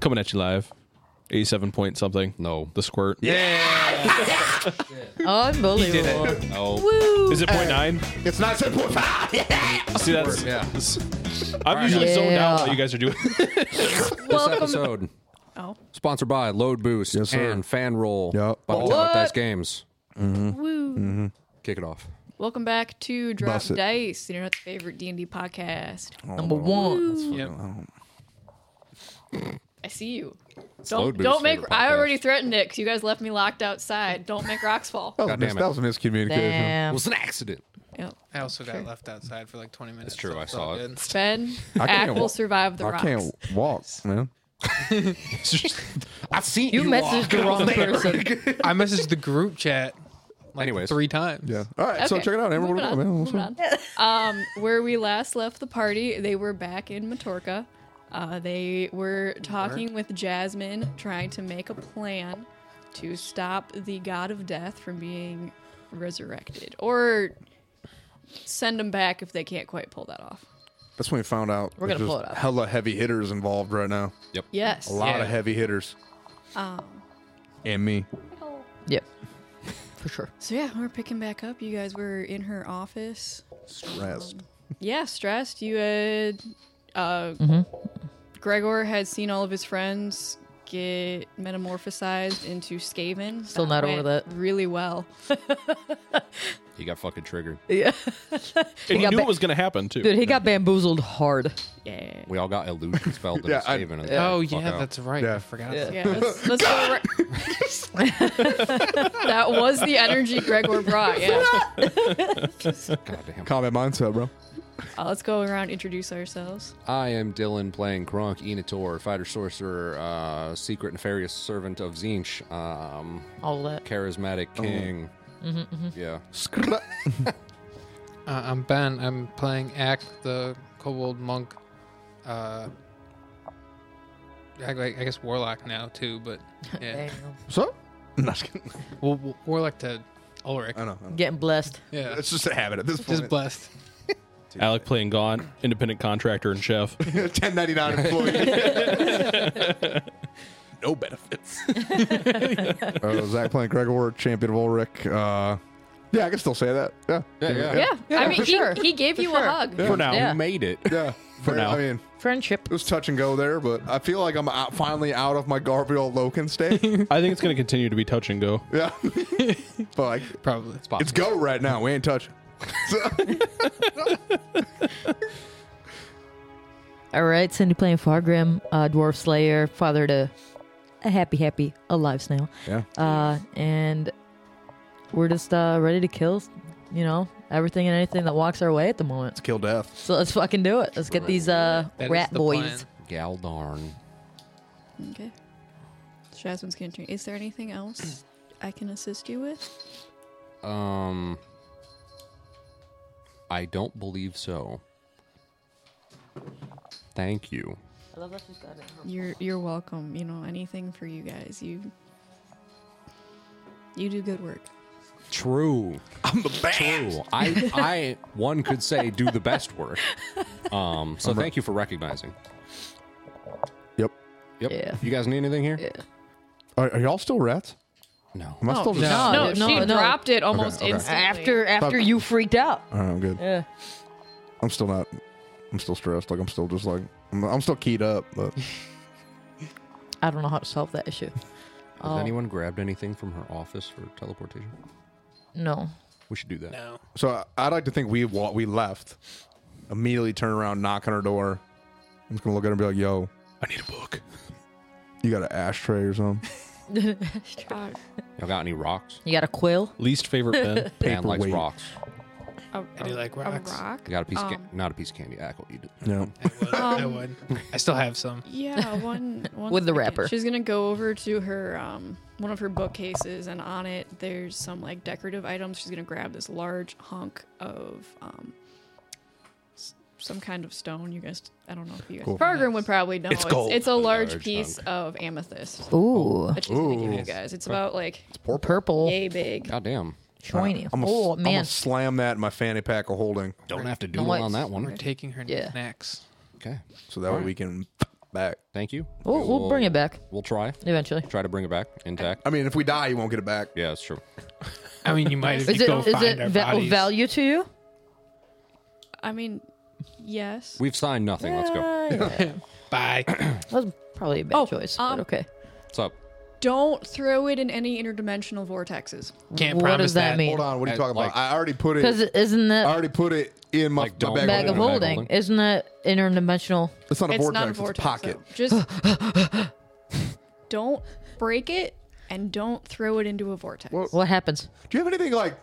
Coming at you live. 87 point something. No. The squirt. Yeah. Unbelievable. No. Woo. Is it point nine? It's not 7.5. Yeah. See, that's. Yeah. This I'm usually zoned Yeah. out while you guys are doing Welcome. episode Oh. sponsored by Load Boost Yes, sir. and Fan Roll Yep. by What? Metallic Dice Games. Mm-hmm. Woo. Kick it off. Welcome back to Drop Bust it. Dice, the internet's favorite D and D podcast. Number one. I see you. Load Don't Boost don't make. favorite I podcast. already threatened it because you guys left me locked outside. Don't make rocks fall. That was, God mis- damn it. that was a miscommunication. It Damn. was an accident. Yep. I also got left outside for like 20 minutes. true, so I it's saw all it. good. Ben, I Ack can't will wa- survive the I rocks. can't walk, man. I've seen You messaged the wrong person. I messaged the group chat like Anyways. three times. Yeah. All right, so Okay, check it out. Amber, what moving about on, man? What's moving up? on. Um, where we last left the party, they were back in Matorka. Uh, they were talking with Jasmine, trying to make a plan to stop the god of death from being resurrected, or send him back if they can't quite pull that off. That's when we found out. We're gonna there's pull just it up. Hella heavy hitters involved right now. Yes. A lot Yeah. of heavy hitters. Oh. And me. Yep. For sure. So yeah, we're picking back up. You guys were in her office. Stressed. Yeah, stressed. You had. Uh, Gregor had seen all of his friends get metamorphosized into Skaven. Still not over went that. Really well. He got fucking triggered. Yeah. And you got knew ba- it was going to happen, too. Dude, he got bamboozled hard. Yeah. We all got illusions fell to Yeah, the I- saving. and Oh, fuck yeah, out. that's right. Yeah. I forgot. Yeah. Yeah, let's, let's go. Ra- that was the energy Gregor brought. Yeah, goddamn. Combat mindset, bro. Uh, let's go around introduce ourselves. I am Dylan playing Kronk, Enator, fighter sorcerer, uh, secret nefarious servant of Zinch, um, All that. charismatic king. Yeah. Scra- Uh, I'm Ben. I'm playing Act, the kobold monk. Uh, I, I I guess Warlock now, too, but yeah. so? No, just kidding. well, w- Warlock to Ulrich. Uh, I know. I know. Getting blessed. Yeah. It's just a habit at this point. Just blessed. Alec playing Gone, independent contractor and chef. 1099 employee. no benefits. uh, Zach playing Gregor, champion of Ulrich. Uh, yeah, I can still say that. Yeah. Yeah, yeah. Yeah, I mean, for he, sure. he gave you a sure. hug. For now. Yeah. You made it. Yeah. For now. I mean, Friendship. it was touch and go there, but I feel like I'm out, finally out of my Garfield Loken state. I think it's going to continue to be touch and go. yeah. but like, Probably. it's go right now. We ain't touching. All right, Cindy playing Fargrim, uh, Dwarf Slayer, father to a happy, happy, alive snail. Yeah. Uh, and we're just uh, ready to kill, you know, everything and anything that walks our way at the moment. Kill death. So let's fucking do it. Let's get these uh, That is rat the boys. Galdarn. Okay. Jasmine's gonna turn. Is there anything else I can assist you with? Um, I don't believe so. Thank you. I love that she's got it. You're you're welcome. You know, anything for you guys. You you do good work. True. I'm the best. True. I, I, one could say do the best work. Um, so thank you for recognizing. Yep. Yep. Yeah. You guys need anything here? Are, are y'all still rats? No. Am I still just. No, No, no, she no. dropped it almost Okay, okay. instantly. After after you freaked out. All right, I'm good. Yeah. I'm still not. I'm still stressed. Like I'm still just like I'm, I'm still keyed up. But I don't know how to solve that issue. Oh. Has anyone grabbed anything from her office for teleportation? No. We should do that. No. so I, I'd like to think we wa- we left, immediately turn around, knock on her door. I'm just gonna look at her and be like, "Yo, I need a book. you got an ashtray or something? Uh, Y'all got any rocks? You got a quill? Least favorite Uh, pen. Dan likes Paperweight. rocks. a, I a- do like a rocks. rock. You got a piece of Um, ca- not a piece of candy. Ackle, you do. No. I would. I Um, would. I still have some. Yeah, one, one With the second. wrapper. She's gonna go over to her um one of her bookcases, and on it there's some like decorative items. She's gonna grab this large hunk of um s- some kind of stone. You guys, I don't know if you guys. Cool. Fargrim would probably know. It's, gold. it's a large, large piece hunk. of amethyst Ooh. that she's gonna give you Ooh. guys. It's about like Purple. yay big. Goddamn. Shiny. I'm gonna, oh, I'm gonna man. slam that in my fanny pack of holding, Don't have to do No, one it's- on that We're one. taking her Yeah. snacks. Okay. so that way we can back. Thank you. Oh, We'll, We we'll bring it back We'll try. eventually. Try to bring it back intact. I mean, if we die, you won't get it back. Yeah, that's true. I mean, you might as Is you it go is find it our va- bodies. value to you? I mean, yes. We've signed nothing. Let's go. Uh, yeah. Bye. That's probably a bad Oh, choice. um, but okay. What's up? Don't throw it in any interdimensional vortexes. Can't What promise does that mean? Hold on, what are you Uh, talking like- about? I already put Because it. isn't I that already put it in my, Like, my don't bag, bag of Bag of holding? holding. Isn't that interdimensional? It's not a it's vortex. not a vortex. It's a pocket. though. Just don't break it and don't throw it into a vortex. Well- What happens? Do you have anything like?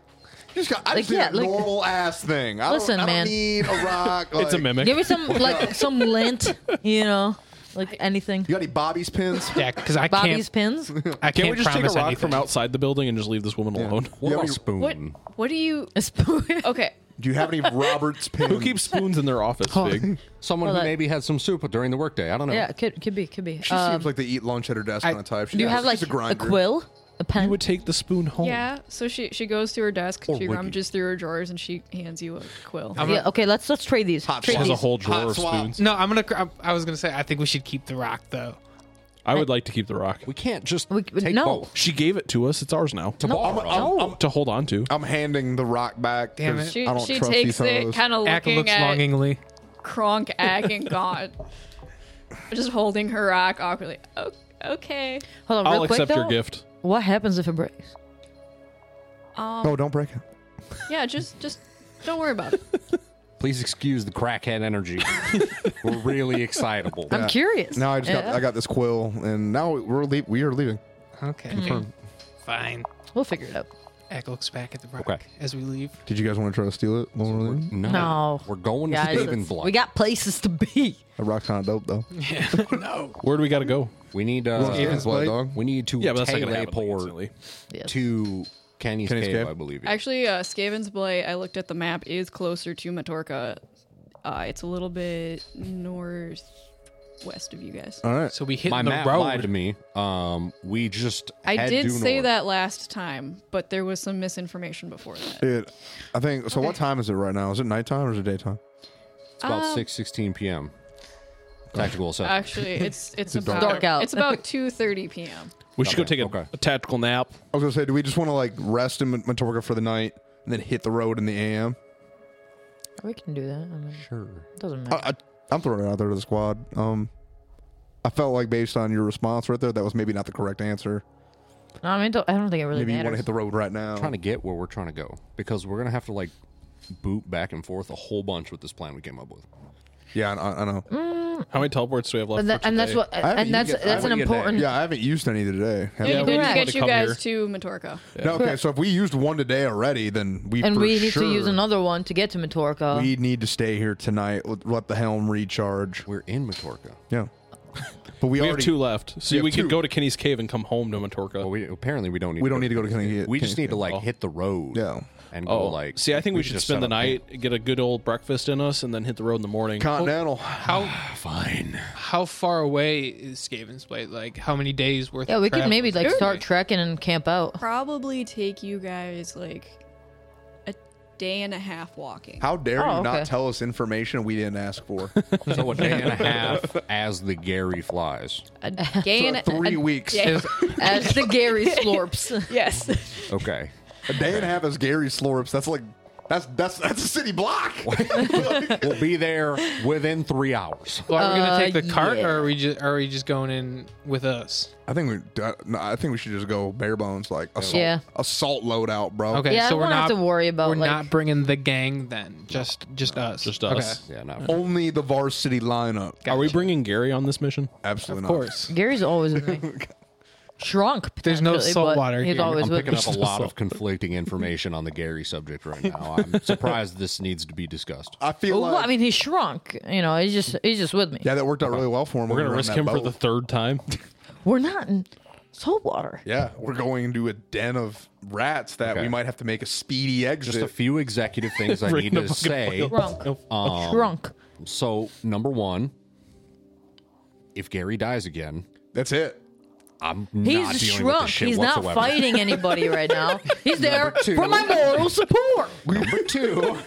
You just got. I just Like, need a yeah, like- normal ass thing. I Listen, don't, I don't man. need a rock. Like, It's a mimic. Give me some like some lint, you know, like anything. You got any Bobby's pins? Yeah, because I Bobby's can't. pins. I Can't can't we just take a promise rock anything. from outside the building and just leave this woman alone? What Yeah, about we- spoon? what mm. what do you A spoon. Okay. Do you have any Robert's pins? Who keeps spoons in their office, Big? Someone Well, who that- maybe had some soup during the workday. I don't know. Yeah, could could be, could be. She Um, seems like they eat lunch at her desk I- kind of type. She, do you have like she's a a, grinder. quill, a pen? You would take the spoon Oh. home. Yeah, so she she goes to her desk, Or she would you? rummages through her drawers, and she hands you a quill. I'm yeah. gonna, Okay, let's let's trade these. Hot trade She has a these. whole drawer Hot of swap. spoons. no, I'm gonna. cr- I, I was gonna say I think we should keep the rock though. I would like to keep the rock. We can't just We- take no. both. She gave it to us. It's ours now. To No, borrow. I'm- I'm- to hold on to. I'm handing the rock back. Damn 'cause it. She, I don't she trust these takes son of it, those. kind of Ack looking looks at longingly. Kronk, Ag, and God, just holding her rock awkwardly. O- okay. Hold on, I'll Oh, real quick, accept your though. gift. What happens if it breaks? Oh, don't break it. Yeah, just just don't worry about it. Please excuse the crackhead energy. We're really excitable. I'm curious. Now I just got Yeah. I got this quill, and now we're le- we are leaving. Okay. Mm-hmm. Fine. We'll figure it out. Eck looks back at the rock Okay. as we leave. Did you guys want to try to steal it? When we're leaving? No, No. we're going Guys, to Dave and it's- Blood. we got places to be. That rock's kind of dope though. Oh, no. Where do we got to go? We need uh, Stephen's blood, dog. we need to Yeah, but that's not tailor going to happen like, port instantly. Yes. to Kenny's, Kenny's cave, Cave? I believe. Actually, uh, Skaven's Blay, I looked at the map, is closer to Matorka. Uh, it's a little bit northwest of you guys. All right. So we hit My the map road. lied to me. Um, we just I head did due say north. that last time, but there was some misinformation before that. It, I think. So what time is it right now? Is it nighttime or is it daytime? It's about Um, six sixteen p.m. Tactical assessment. Actually, it's it's, about dark out. it's about 2:30 p.m. We should go take a, okay. a tactical nap. I was gonna say, do we just want to like rest in Matorga for the night and then hit the road in the AM? We can do that. I mean, sure. it doesn't matter. I, I, I'm throwing it out there to the squad. Um, I felt like based on your response right there, that was maybe not the correct answer. No, I mean, don't- I don't think it really Maybe you want to matters. hit the road right now. Trying to get where we're trying to go because we're gonna have to like boot back and forth a whole bunch with this plan we came up with. yeah, I, I know. How many teleports do we have left? and, that, for and that's today? what, haven't and that's even get- I that's an haven't even important. Yeah, I haven't used any today. have Yeah, we just we need to wanted get to you come guys here. to Matorka. No, okay. So if we used one today already, then we and for we need sure- to use another one to get to Matorka. We need to stay here tonight. Let, let the helm recharge. We're in Matorka. Yeah, but We we, already have two left. So We have we two. could go to Kenny's cave and come home to Matorka. Well, we apparently we don't need. we don't need to go to Kenny. We just need to like hit the road. Yeah. And oh, go like. see, I think we, could should just spend set the up night, get a good old breakfast in us, and then hit the road in the morning. Continental. How camp. Fine. how far away is Skaven's Blade? Like how many days worth? yeah, of we could travel? maybe like start trekking and camp out. Probably take you guys like a day and a half walking. How dare Oh, you not okay. tell us information we didn't ask for? So a day and a half as the Gary flies. A day and a, Three weeks. yeah. As the Gary slorps. yes. Okay. A day and a half is Gary Slorps. That's like that's that's that's a city block. We'll be there within three hours. Well, are we gonna Uh, take the cart, yeah. or are we just are we just going in with us? I think we uh, no, I think we should just go bare bones like assault Yeah. assault load out, bro. Okay, Yeah, I so don't we're wanna not have to worry about, We're like- not bringing the gang then. Just just us. Just us. Yeah, not Only the varsity lineup. Okay. Are we bringing Gary on this mission? Absolutely Of not. course. Gary's always with me. Shrunk. There's no potentially, salt but water He's here. always I'm with picking me. up a lot of conflicting information on the Gary subject right now. I'm surprised this needs to be discussed. I feel Well, like I mean, he shrunk. You know, he's just he's just with me. yeah, that worked out really well for him. Uh-huh. We're gonna when we were on risk that him for boat. the third time. We're not in salt water. yeah. We're going to a den of rats that Okay. we might have to make a speedy exit. Just a few executive things I Bring need the to bucket say. of oil. Shrunk. Um, shrunk. So, number one, if Gary dies again, that's it. I'm not He's dealing with shrunk. this shit He's whatsoever. not fighting anybody right now. He's there Number two. for my moral support. Number two,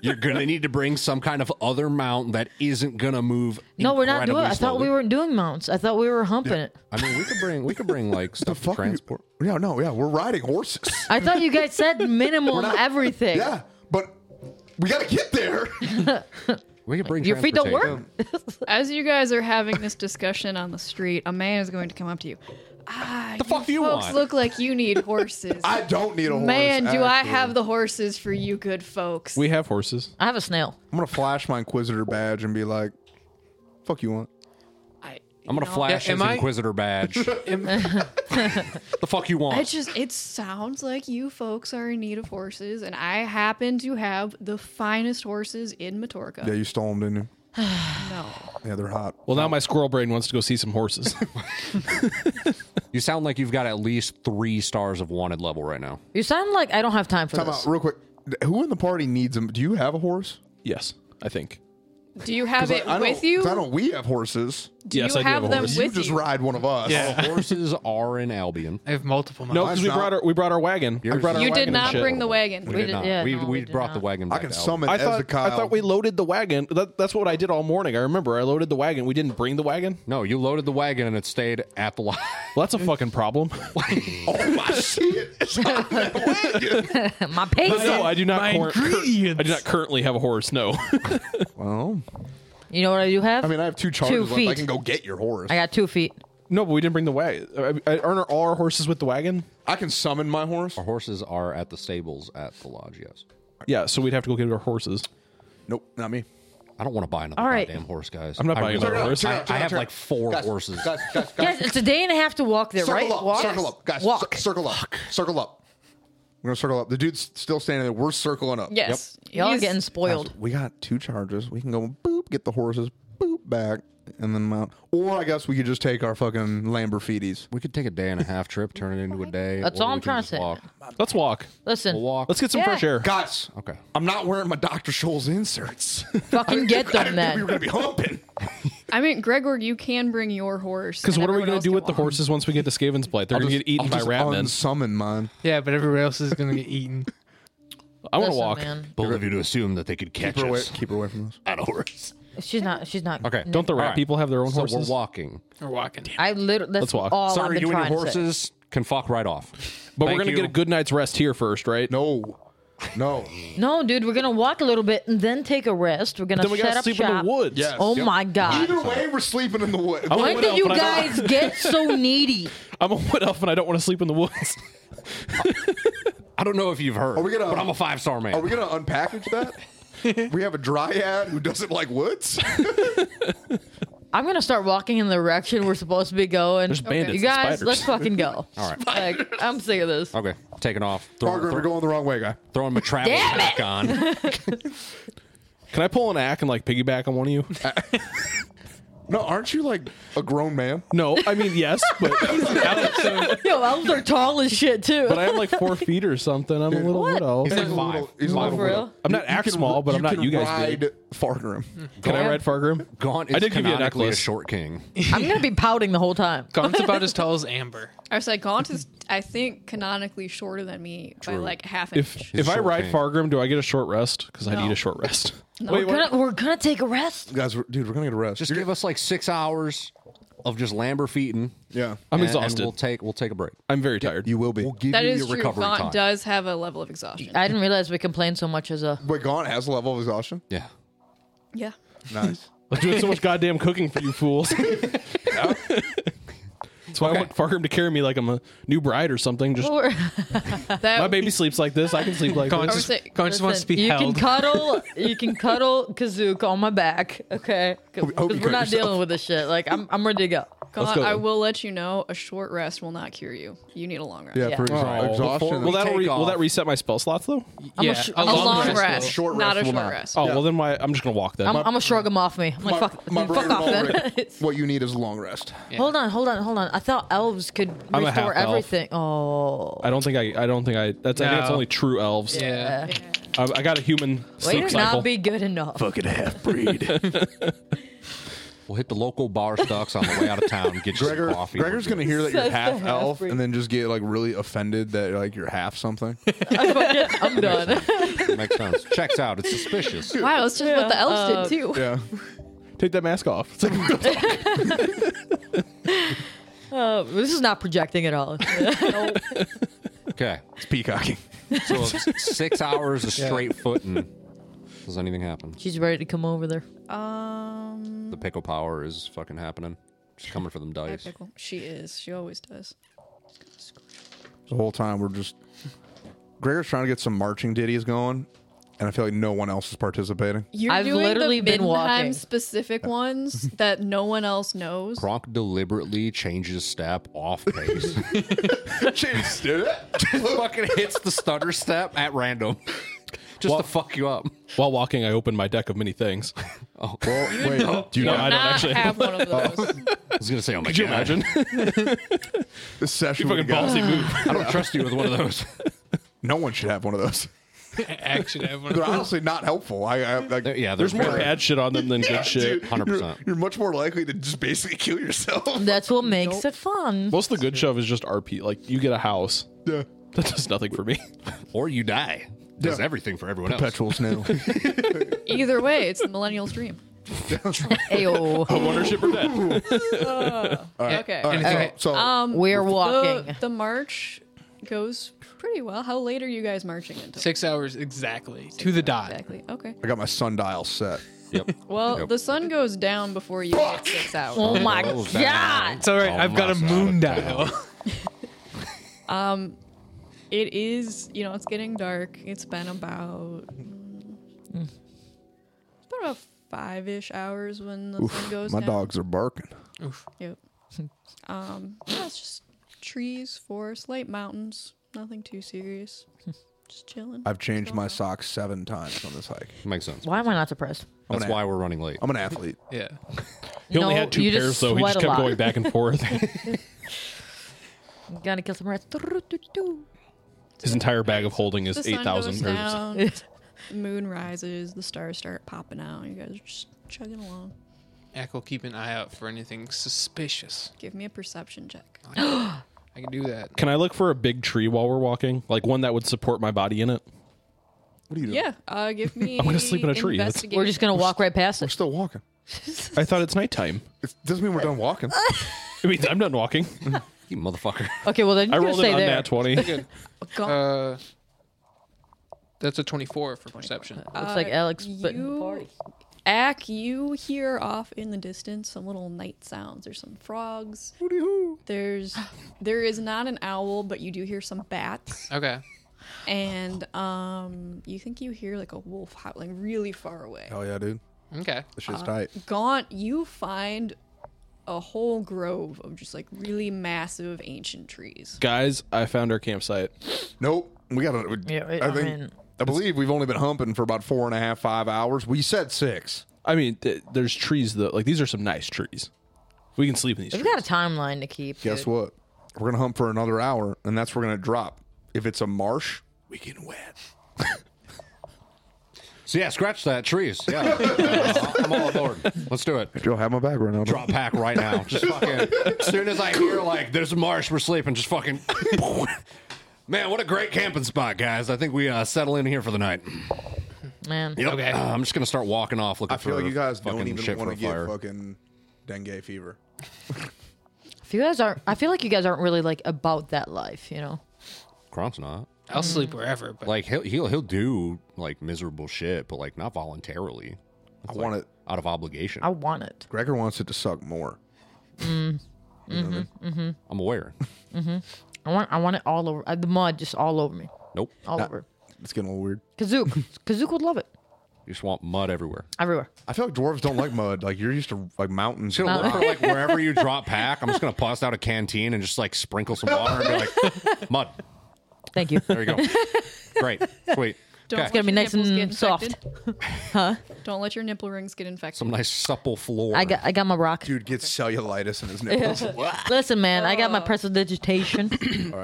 you're gonna need to bring some kind of other mount that isn't gonna move. No, we're not doing. incredibly I thought we slowly. weren't doing mounts. I thought we were humping it. I mean, we could bring we could bring like stuff for Fuck you. transport. Yeah, no, yeah, we're riding horses. I thought you guys said minimum everything. yeah, but we gotta get there. We could bring Your feet don't transportation. work. As you guys are having this discussion on the street, a man is going to come up to you. Ah, the fuck do you folks want?" look like you need horses. I don't need a horse. man, do I actually. have the horses for you, good folks? We have horses. I have a snail. I'm gonna flash my inquisitor badge and be like, "Fuck you want." I, I'm gonna you know, flash Yeah, am his I- Inquisitor badge. the fuck you want? It just it sounds like you folks are in need of horses, and I happen to have the finest horses in Matorka. Yeah, you stole them, didn't you? No, Yeah, they're hot. Well, now my squirrel brain wants to go see some horses. You sound like you've got at least three stars of wanted level right now. You sound like I don't have time for Time this. out, real quick. Who in the party needs them? Do you have a horse? yes, I think. do you have 'Cause it I, I with don't, you? 'cause I don't. We have horses. Do Yes, you I do have a them horse. You with just you? ride one of us. Yeah. Horses are in Albion. I have multiple. No, mounts. because we not- brought our we brought our wagon. I Yours brought is our You wagon did and not shit. bring the wagon. We did- yeah, we no, we, we did brought not. the wagon. I back can to Albion. summon I as a thought Kyle. I thought we loaded the wagon. That, that's what I did all morning. I remember I loaded the wagon. We didn't bring the wagon. No, you loaded the wagon and it stayed at the lot. Well, that's a fucking problem. Oh my shit! It's on that wagon. My pace. uh, no, I do not. My Cor- cur- ingredients. I do not currently have a horse. No. well, You know what I do have? I mean, I have two charges Two left. I feet. can go get your horse. I got two feet. No, but we didn't bring the wagon. Aren't all our horses with the wagon? I can summon my horse. Our horses are at the stables at the lodge. Yes. Yeah, so we'd have to go get our horses. Nope, not me. I don't want to buy another All right. goddamn horse, guys. I'm not I buying really another don't. horse. I, I Turn up, have turn like up. four Guys, horses. Guys, guys, guys. Guys, it's a day and a half to walk there, circle right? up, walk. circle up, guys. Walk. cir- circle up, circle up. We're gonna circle up. The dude's still standing there. We're circling up. Yes, Y'all are He's- getting spoiled. Yep. We got two charges. We can go boop, get the horses, boop back, and then mount. Or I guess we could just take our fucking Lamborghinis. We could take a day and a half trip, turn it into a day. That's or all we I'm can trying to just say. Walk. Let's walk. Listen, We'll walk. Let's get some Yeah. fresh air. Guys, Okay. I'm not wearing my Dr. Scholl's inserts. fucking get them I didn't think we then. were gonna be humping. I mean, Gregor, you can bring your horse. Because and what are we everyone going to else do can with the walk. horses once we get to Skaven's Blight? They're going to get eaten I'll by just ratmen. Unsummon mine. Yeah, but everywhere else is gonna get eaten. I want to Listen, walk. man. Bold of you to assume that they could catch Keep her away. us Keep her away from us. at a horse. She's not. She's not. Okay, Don't the rat Alright. people have their own So horses? we're walking. Or walking. I literally. That's Let's walk. All I've Sir, been you and trying your to say. horses can fuck right off. But we're Thank going to you. get a good night's rest here first, right? No, no. No, dude, we're gonna walk a little bit and then take a rest. We're gonna Then we set got to up sleep shop. in the woods. Yes. Oh Yep. my god! Either way, we're sleeping in the woods. I'm a When wood did elf you and I don't- guys get so needy? I'm a wood elf and I don't want to sleep in the woods. I don't know if you've heard, Are we gonna- but I'm a five star man. Are we gonna unpackage that? we have a dryad who doesn't like woods. I'm gonna start walking in the direction we're supposed to be going. There's bandits You and guys, spiders. let's fucking go. All right. like, I'm sick of this. okay, taking off. Throwing, Parker, we're throw, going the wrong way, guy. throwing my travel Damn back on. Can I pull an act and like piggyback on one of you? No, aren't you like a grown man? No, I mean, yes, but, Yo, elves are tall as shit too. but I'm like four feet or something. I'm a little What? wood elf. He's like a five. little- he's a Five. little For real? I'm not act small, but I'm not you guys. Ride big. Fargrim. Can I Gaunt- ride Fargrim? Gaunt is I did give you a canonically necklace. short king. I'm gonna be pouting the whole time. Gaunt's about as tall as Amber. I was like, Gaunt is, I think, canonically shorter than me by like half an If inch. if I short ride king. Fargrim, do I get a short rest? Because I No. need a short rest. we're, gonna, we're gonna take a rest. Guys, we're, dude, we're gonna get a rest. Just give us like six hours of just Lamberfeeting. yeah, I'm and- exhausted. And we'll take we'll take a break. I'm very tired. you will be. We'll give That you is your true. recovery Gaunt time. does have a level of exhaustion. I didn't realize we complained so much as a. Wait, Gaunt has a level of exhaustion. Yeah. yeah. Nice. I'm doing so much goddamn cooking for you fools. That's why I want Fargrim to carry me like I'm a new bride or something. Just We're- That, my baby sleeps like this. I can sleep like Gaunt this. just, I would say- Gaunt just wants to Listen, be you held. can cuddle. You can cuddle Kazook on my back, okay? Because hope you we're cut not yourself. dealing with this shit. Like I'm, I'm ready to go. Gaunt, go I then. will let you know a short rest will not cure you. You need a long rest. Yeah, Yeah. for exa- Oh. exhaustion. Will that Take re- will off. that reset my spell slots though? I'm yeah, a sh- a a A long, long rest. rest, will- Short rest not a will short not. rest. Oh well, then why? I'm just gonna walk then. I'm, I'm gonna shrug him off me. I'm like, fuck, my fuck brain off then. already- what you need is a long rest. Hold on, hold on, hold on. I thought elves could I'm a restore half elf. everything. Oh, I don't think I. I don't think I. That's. I think it's No. only true elves. Yeah. Uh, I, I got a human way sleep to cycle. not be good enough. Fucking half breed. We'll hit the local bar stocks on the way out of town. Get you Gregor, some coffee. Gregor's gonna hear that Says you're the half elf half-breed. and then just get like really offended that like you're half something. I'm done. hear. Makes sense. Checks out. It's suspicious. Wow, it's just what the elves did too. yeah. Take that mask off. It's like, Uh, this is not projecting at all. Okay. It's peacocking. So it's six hours of straight footing. Does anything happen? She's ready to come over there. Um, The pickle power is fucking happening. She's coming for them I dice. pickle. She is. She always does. The whole time we're just Gregor's trying to get some marching ditties going, and I feel like no one else is participating. You're I've doing literally the been walking. specific ones that no one else knows. Kronk deliberately changes step off pace. Chase did it. fucking hits the stutter step at random. Just to fuck you up. while walking, I opened my deck of many things. Oh, Wait, Do you know? I don't not actually. have one of those. I was gonna say, oh my Could you god, imagine? this session Fucking we got- ballsy move. I don't trust you with one of those. No one should have one of those. Act should have one. of They're those. honestly not helpful. I, I like, There- yeah, There's more very- bad shit on them than good shit. dude, 100%. You're, you're much more likely to just basically kill yourself. That's what makes it fun. Most of the good shove is just RP. Like you get a house. Yeah. That does nothing for me. or you die. Does Yeah. everything for everyone else. Petrol's new. Either way, it's the millennial's dream. Ayo. Ownership or death. Okay. Anything- so Um, We're walking. the, the march goes pretty well. How late are you guys marching until? Six hours exactly to the dot. Exactly. Okay. I got my sundial set. Yep. Well, Yep. the sun goes down before you hit six hours. Oh my Oh, god. It's all right. I've got a Almost out moon of dial. It is, you know, it's getting dark. It's been about it's been about five ish hours when the sun goes my down. dogs are barking. Yep. Um, yeah, it's just trees, forest, light mountains. Nothing too serious. Just chilling. I've changed my socks seven times on this hike. Makes sense. Why am I not surprised? That's gonna- why we're running late. I'm an athlete. yeah. He only No, had two you just pairs though. He sweat just a kept lot. going back and forth. Gotta kill some rats. His entire bag of holding is the eight sun goes thousand. down. the moon rises. The stars start popping out. You guys are just chugging along. Ack will keep an eye out for anything suspicious. Give me a perception check. I can do that. Can I look for a big tree while we're walking? Like one that would support my body in it? What are you doing? Yeah, uh, give me. I'm gonna sleep in a tree. That's- investigation. We're just gonna walk right past We're it. still walking. I thought it's nighttime. It doesn't mean we're done walking. I mean, I'm done walking. You motherfucker. Okay, well then I you're gonna rolled it stay on there. that twenty. Go- Uh, that's a 24 for perception. Looks like Uh, Alex, but you- Ack, you hear off in the distance some little night sounds. There's some frogs. There's there is not an owl, but you do hear some bats. Okay. And um you think you hear like a wolf howling really far away. Hell yeah, dude. Okay. This shit's tight. Gaunt, you find a whole grove of just like really massive ancient trees. Guys, I found our campsite. Nope. We gotta. we- Yeah, I I think. mean- I believe we've only been humping for about four and a half, five hours. We said six. I mean, th- there's trees though. Like these are some nice trees. We can sleep in these. we've trees. got a timeline to keep. Guess dude. what? We're gonna hump for another hour, and that's where we're gonna drop. If it's a marsh, we get wet. So yeah, scratch that trees. Yeah, Uh, I'm all aboard. Let's do it. Joe, have my bag right now. Drop pack right now. Just fucking. As soon as I hear like there's a marsh, we're sleeping. Just fucking. Man, what a great camping spot, guys. I think we uh, settle in here for the night. man. Yep. Okay. I'm just gonna start walking off looking I feel for like you guys fucking don't even shit want for to a get fire. fucking dengue fever. If you guys aren't, I feel like you guys aren't really like about that life, you know. Cromp's not. I'll sleep wherever, but Like he'll he'll he'll do like miserable shit, but like not voluntarily. I want it. Out of obligation. I want it. Gregor wants it to suck more. I'm aware. I want. I want it all over. Uh, the mud just all over me, Nope. all Nah. over. It's getting a little weird. Kazook, Kazook would love it You just want mud everywhere. everywhere. I feel like dwarves don't like mud. Like you're used to like mountains. Just gonna look for like wherever you drop pack. I'm just gonna bust out a canteen and just like sprinkle some water and be like, mud. Thank you. There you go. Great. Sweet. Don't Okay. let gonna be your nice nipples get and soft. infected. Don't let your nipple rings get infected. Some nice supple floor. I got. I got my rock. Dude gets cellulitis in his nipples. Listen, man, I got my prestidigitation.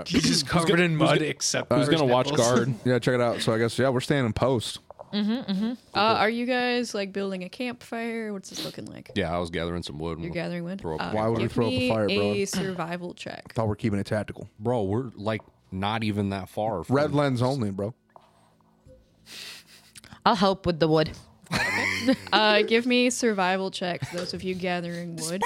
he's just covered in mud except Who's for his gonna watch nipples. guard? yeah, check it out. So I guess yeah, we're staying in post. Uh, are you guys like building a campfire? What's this looking like? Yeah, I was gathering some wood. You're gathering wood. Throw up- Uh, Why would we give throw up a me fire, bro? A survival check. Thought we're keeping it tactical. Bro, we're like not even that far. From Red lens only, bro. I'll help with the wood. Uh, give me survival checks. Those of you gathering wood.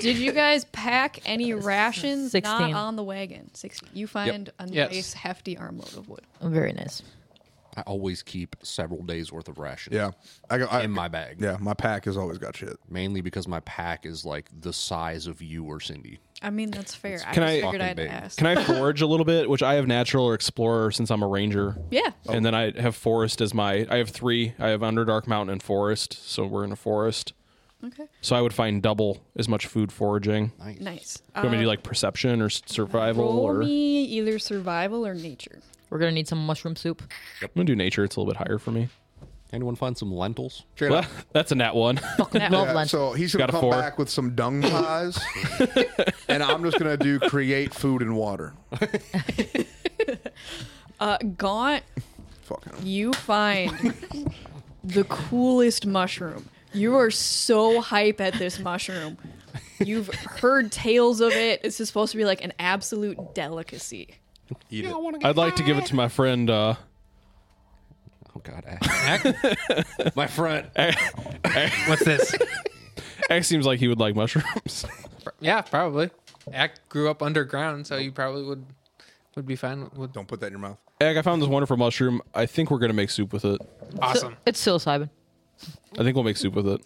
Did you guys pack any rations? Not 16. on the wagon. Six. You find a Yes. nice hefty armload of wood. Very nice. I always keep several days worth of rations. Yeah, I got I, In my bag. Yeah, my pack has always got shit. Mainly because my pack is like the size of you or Cindy. I mean, that's fair. I Can just I- figured Fucking I'd big. ask. Can I forage a little bit, which I have natural or explorer since I'm a ranger? yeah. And then I have forest as my. I have three. I have Underdark Mountain and forest, so we're in a forest. Okay. So I would find double as much food foraging. Do Nice. you want me to Uh, do like perception or s- survival? roll Or me either survival or nature. We're gonna need some mushroom soup. I'm gonna do nature. It's a little bit higher for me. Anyone find some lentils? Well, that's a nat one. Love Yeah, lunch. so he's gonna Got a come four. back with some dung pies, and I'm just gonna do create food and water. Uh, Gaunt Fucking you find the coolest mushroom. You are so hype at this mushroom. You've heard tales of it. It's just supposed to be like an absolute delicacy. eat it. I'd like to give it to my friend uh, Oh God, Ack. my friend. What's this? X seems like he would like mushrooms. yeah, probably. Act grew up underground, so you probably would would be fine with Don't put that in your mouth. Egg, I found this wonderful mushroom. I think we're gonna make soup with it. awesome. It's psilocybin. I think we'll make soup with it.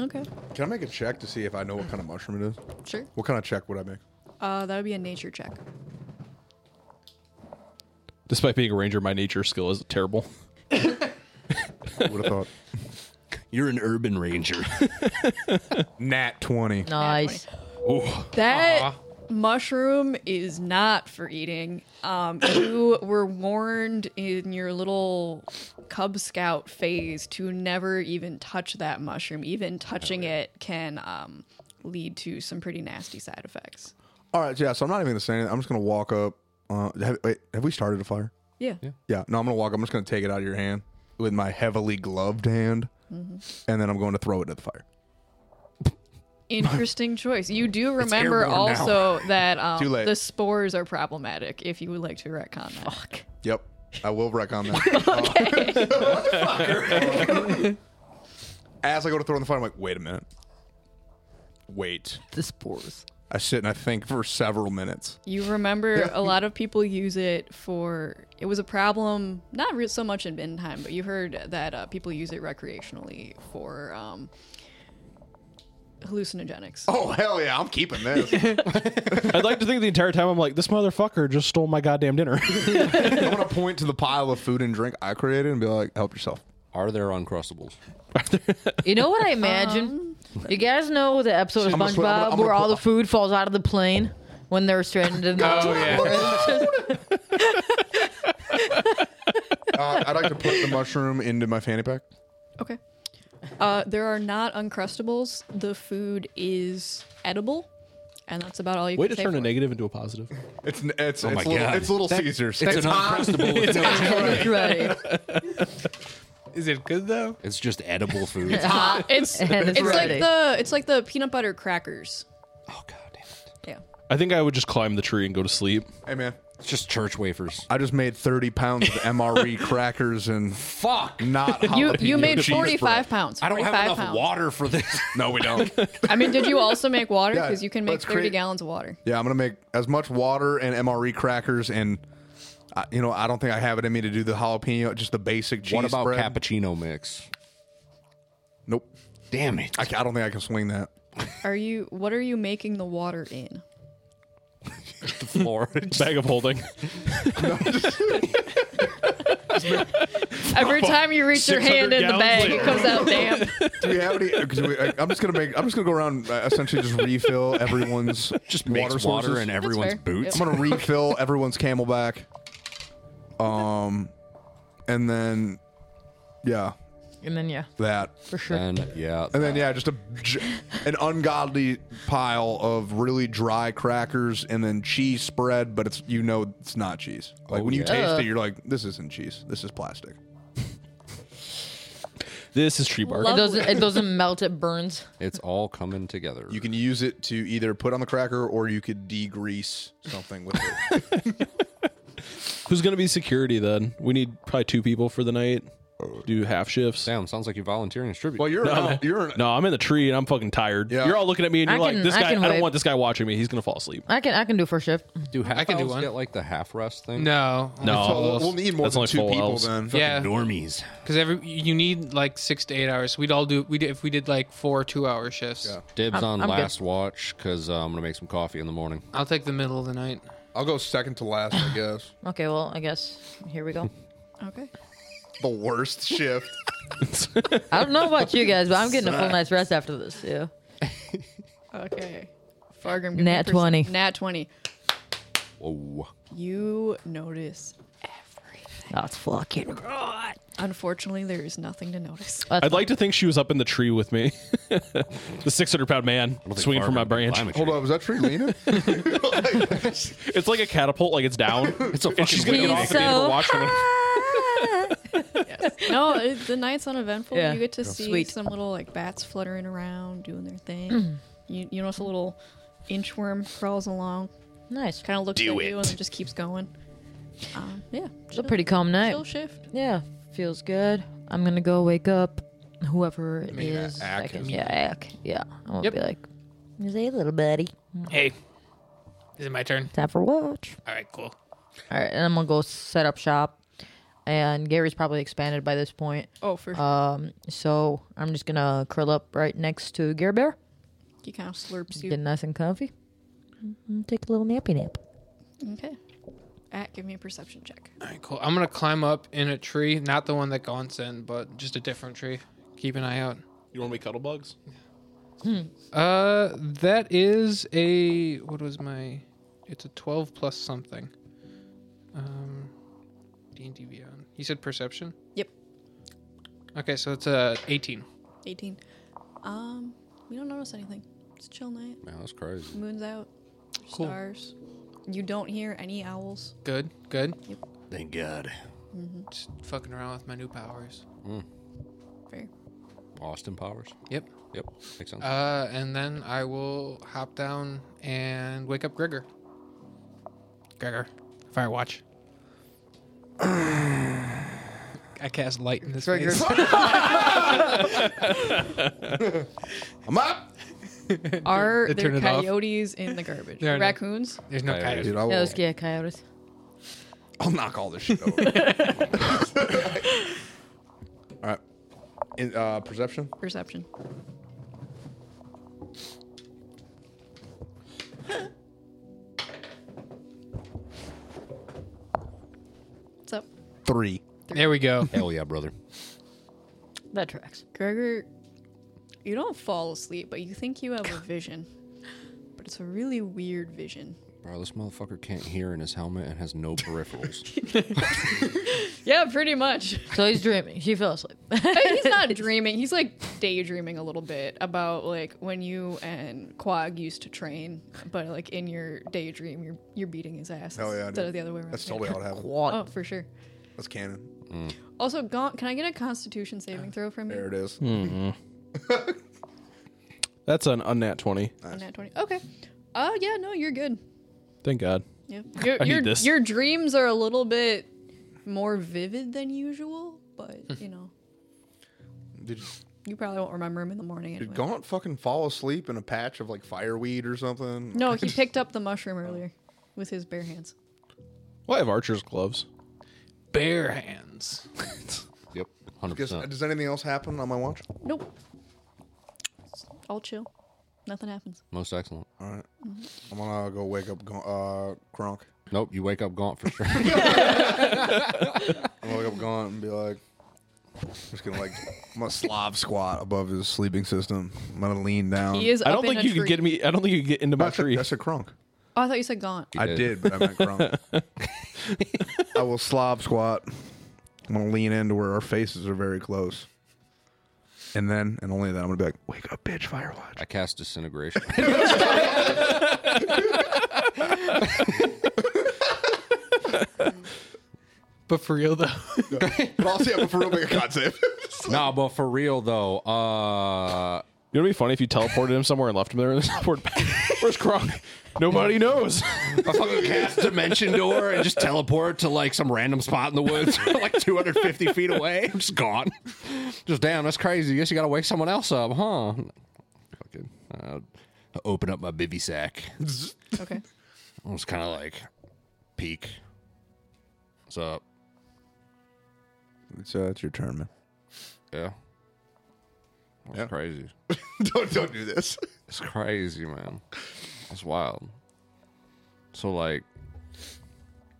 Okay, Can I make a check to see if I know what kind of mushroom it is? sure. What kind of check would I make? Uh, that would be a nature check. Despite being a ranger, my nature skill is terrible. Would have thought You're an urban ranger. nat twenty. Nice. That Aw. mushroom is not for eating. Um, you were warned in your little Cub Scout phase to never even touch that mushroom. Even touching it can um, lead to some pretty nasty side effects. All right, yeah. So I'm not even gonna say anything. I'm just gonna walk up. Uh, have, wait, have we started a fire? Yeah. Yeah. No, I'm gonna walk. up. I'm just gonna take it out of your hand with my heavily gloved hand, and then I'm going to throw it at the fire. Interesting choice. You do remember airborne now. also that Too um, late. the spores are problematic if you would like to retcon that. Yep. I will wreck on that. As I go to throw in the fire, I'm like, wait a minute. Wait. The spores. I sit and I think for several minutes. You remember a lot of people use it for. It was a problem, not re- so much in bin time, but you heard that uh, people use it recreationally for um, hallucinogenics. Oh, hell yeah. I'm keeping this. I'm I'd like to think the entire time I'm like, this motherfucker just stole my goddamn dinner. going to point to the pile of food and drink I created and be like, help yourself. Are there uncrustables? You know what I imagine? you guys know the episode of I'm gonna put- I'm gonna- SpongeBob I'm where gonna all put- the food falls out of the plane when they're stranded in the Oh yeah. Uh, I'd like to put the mushroom into my fanny pack. Okay. Uh, there are not uncrustables. The food is edible, and that's about all you Way to can say turn for a it. negative into a positive. It's it's, Oh, my it's, little, God. it's Little Caesars. It's an uncrustable. It's, That's right. Is it good though? it's just edible food. It's And it's it's like ready. the it's like the peanut butter crackers. Oh God, damn it. Yeah. I think I would just climb the tree and go to sleep. hey, man. It's just church wafers. I just made 30 pounds of MRE crackers and Fuck. not You you jalapeno made cheese forty five bread. pounds. I don't have 45 enough pounds. water for this. No, we don't. I mean, did you also make water? Yeah, Because you can make let's thirty create- gallons of water. Yeah, I'm gonna make as much water and MRE crackers, and uh, you know I don't think I have it in me to do the jalapeno, just the basic cheese. what about spread. cappuccino mix? Nope, Damn it. I, ca- I don't think I can swing that. Are you? What are you making the water in? the floor. Bag of holding. Every time you reach your 600 hand in the gallons bag, it later. comes out damp. Do we have any? uh, 'cause we, I, I'm just gonna make. I'm just gonna go around uh, essentially just refill everyone's just water water, sources. water in everyone's fair. boots. I'm gonna refill everyone's Camelback, um, and then yeah, And then yeah, that, for sure. And yeah, and then yeah, just a j- an ungodly pile of really dry crackers, and then cheese spread, but it's you know it's not cheese. Like when you yeah. taste Ugh. it, you're like, this isn't cheese. This is plastic. This is tree bark. It Love- doesn't. It doesn't melt. It burns. It's all coming together. You can use it to either put on the cracker or you could degrease something with it. Who's gonna be security then? We need probably two people for the night. Do half shifts. Damn, sounds like you're volunteering as tribute. well, you're an, you're an, No, I'm in the tree and I'm fucking tired. Yeah. You're all looking at me and I you're like, can- this I guy. I, can don't wait. want this guy watching me. He's gonna fall asleep. I can. I can do first shift. do half I can do elves one. get like the half rest thing? No. only No. full Oh, we'll, elves. we'll need more That's than only two full people elves. then. yeah, Normies. because every you need like six to eight hours. We'd all do we did, if we did like four two-hour shifts. Dibs on I'm good. last watch because uh, I'm gonna make some coffee in the morning. I'll take the middle of the night. I'll go second to last, I guess. Okay. Well, I guess here we go. Okay. the worst shift. I don't know about you guys, but I'm getting a full night's rest after this. Yeah. Okay. Fargrim. give me Nat perce- 20. Nat 20. Whoa. You notice everything. That's fucking. Unfortunately, there is nothing to notice. I'd like to think she was up in the tree with me. the 600 pound man swinging from my branch. Hold on, was that tree leaning? It's like a catapult. Like it's down. It's a and she's fucking gonna get wheel. off and be able to So watch when I- no, it, the night's uneventful. Yeah. You get to see Sweet. Mm. some little like bats fluttering around, doing their thing. you, you notice a little inchworm crawls along, Nice. kind of looks at you, and then just keeps going. Um, yeah, It's a pretty calm night. chill shift. Yeah, feels good. I'm gonna go wake up whoever it uh, is. Ack I can- is- yeah, Ack. Yeah, I'm gonna Yep. be like, "Hey, little buddy, Hey, is it my turn? time for watch." All right, cool. All right, and I'm gonna go set up shop. And Gary's probably expanded by this point, Um, Oh, for so I'm just gonna curl up right next to Gary Bear, he kind of slurps you. get nice and comfy, Mhm, take a little nappy nap. Okay, at give me a perception check. All right, cool. I'm gonna climb up in a tree, not the one that Gaunt's in, but just a different tree. Keep an eye out. You want to be cuddle bugs? Uh, that is a what was my? It's a twelve plus something. Um, D and D Beyond. You said perception. Yep, Okay, so it's a eighteen. eighteen. Um, we don't notice anything. It's a chill night. Man, that's crazy. Moon's out. There's Cool. Stars. You don't hear any owls. Good, good. Thank God. Just fucking around with my new powers. Fair. Austin Powers. Yep. Yep, makes sense. Uh, and then I will hop down and wake up Gregor. Gregor, fire watch. I cast light in this face. I'm up. Are It there turned it off. coyotes in the garbage? There are no- Raccoons? There's no Coyotes. coyotes. Dude, I will, Yeah, those yeah, coyotes. I'll knock all this shit over. all right. In, uh, perception? Perception. What's up? Three. There we go. Hell yeah, brother. That tracks. Gregor, you don't fall asleep, but you think you have a vision. But it's a really weird vision. Bro, this motherfucker can't hear in his helmet and has no peripherals. Yeah, pretty much. So he's dreaming. She fell asleep. he's not dreaming. He's like daydreaming a little bit about like when you and Quag used to train, but like in your daydream, you're you're beating his ass Hell yeah, instead dude. of the other way around. That's Yeah. totally all it happened. What? Oh, for sure. That's canon. Also, Gaunt, can I get a Constitution saving throw from There you? it is. That's an unnat 20. On that twenty. Okay. Oh yeah, no, you're good. Thank God. Yeah. Your, I need your, this. your dreams are a little bit more vivid than usual, but you know, Did, you probably won't remember him in the morning. did Anyway. Gaunt fucking fall asleep in a patch of like fireweed or something? No, he picked up the mushroom earlier with his bare hands. Well, I have archer's gloves. Bare hands. yep, 100%. Guess, does anything else happen on my watch? Nope. All chill. Nothing happens. Most excellent. All right. I'm gonna go wake up Gaunt, uh, Kronk. Nope, you wake up gaunt for sure. I'm gonna wake up Gaunt and be like, I'm just gonna like, I'm gonna Slav squat above his sleeping system. I'm gonna lean down. He is. I up don't in think a you could tree. get me. I don't think you could get into my That's tree. a, that's a Kronk. Oh, I thought you said gaunt. I did. did, but I meant Kronk. I will Slav squat. I'm gonna lean into where our faces are very close. And then, and only then, I'm gonna be like, wake up, bitch, Firewatch. I cast disintegration. But for real though. but I'll see, I'm for real, make a God save. No, but for real though, uh, You know what'd be funny if you teleported him somewhere and left him there and then teleported back? Where's Kronk? Nobody knows. I fucking cast dimension door and just teleport to like some random spot in the woods, like 250 feet away. I'm just gone. Just damn, that's crazy. Guess you gotta wake someone else up, huh? Fucking uh, open up my bivy sack. Okay. I was kind of like peek. What's up? So that's your turn, man. Yeah. That's crazy. don't don't do this. It's crazy, man. That's wild. So like,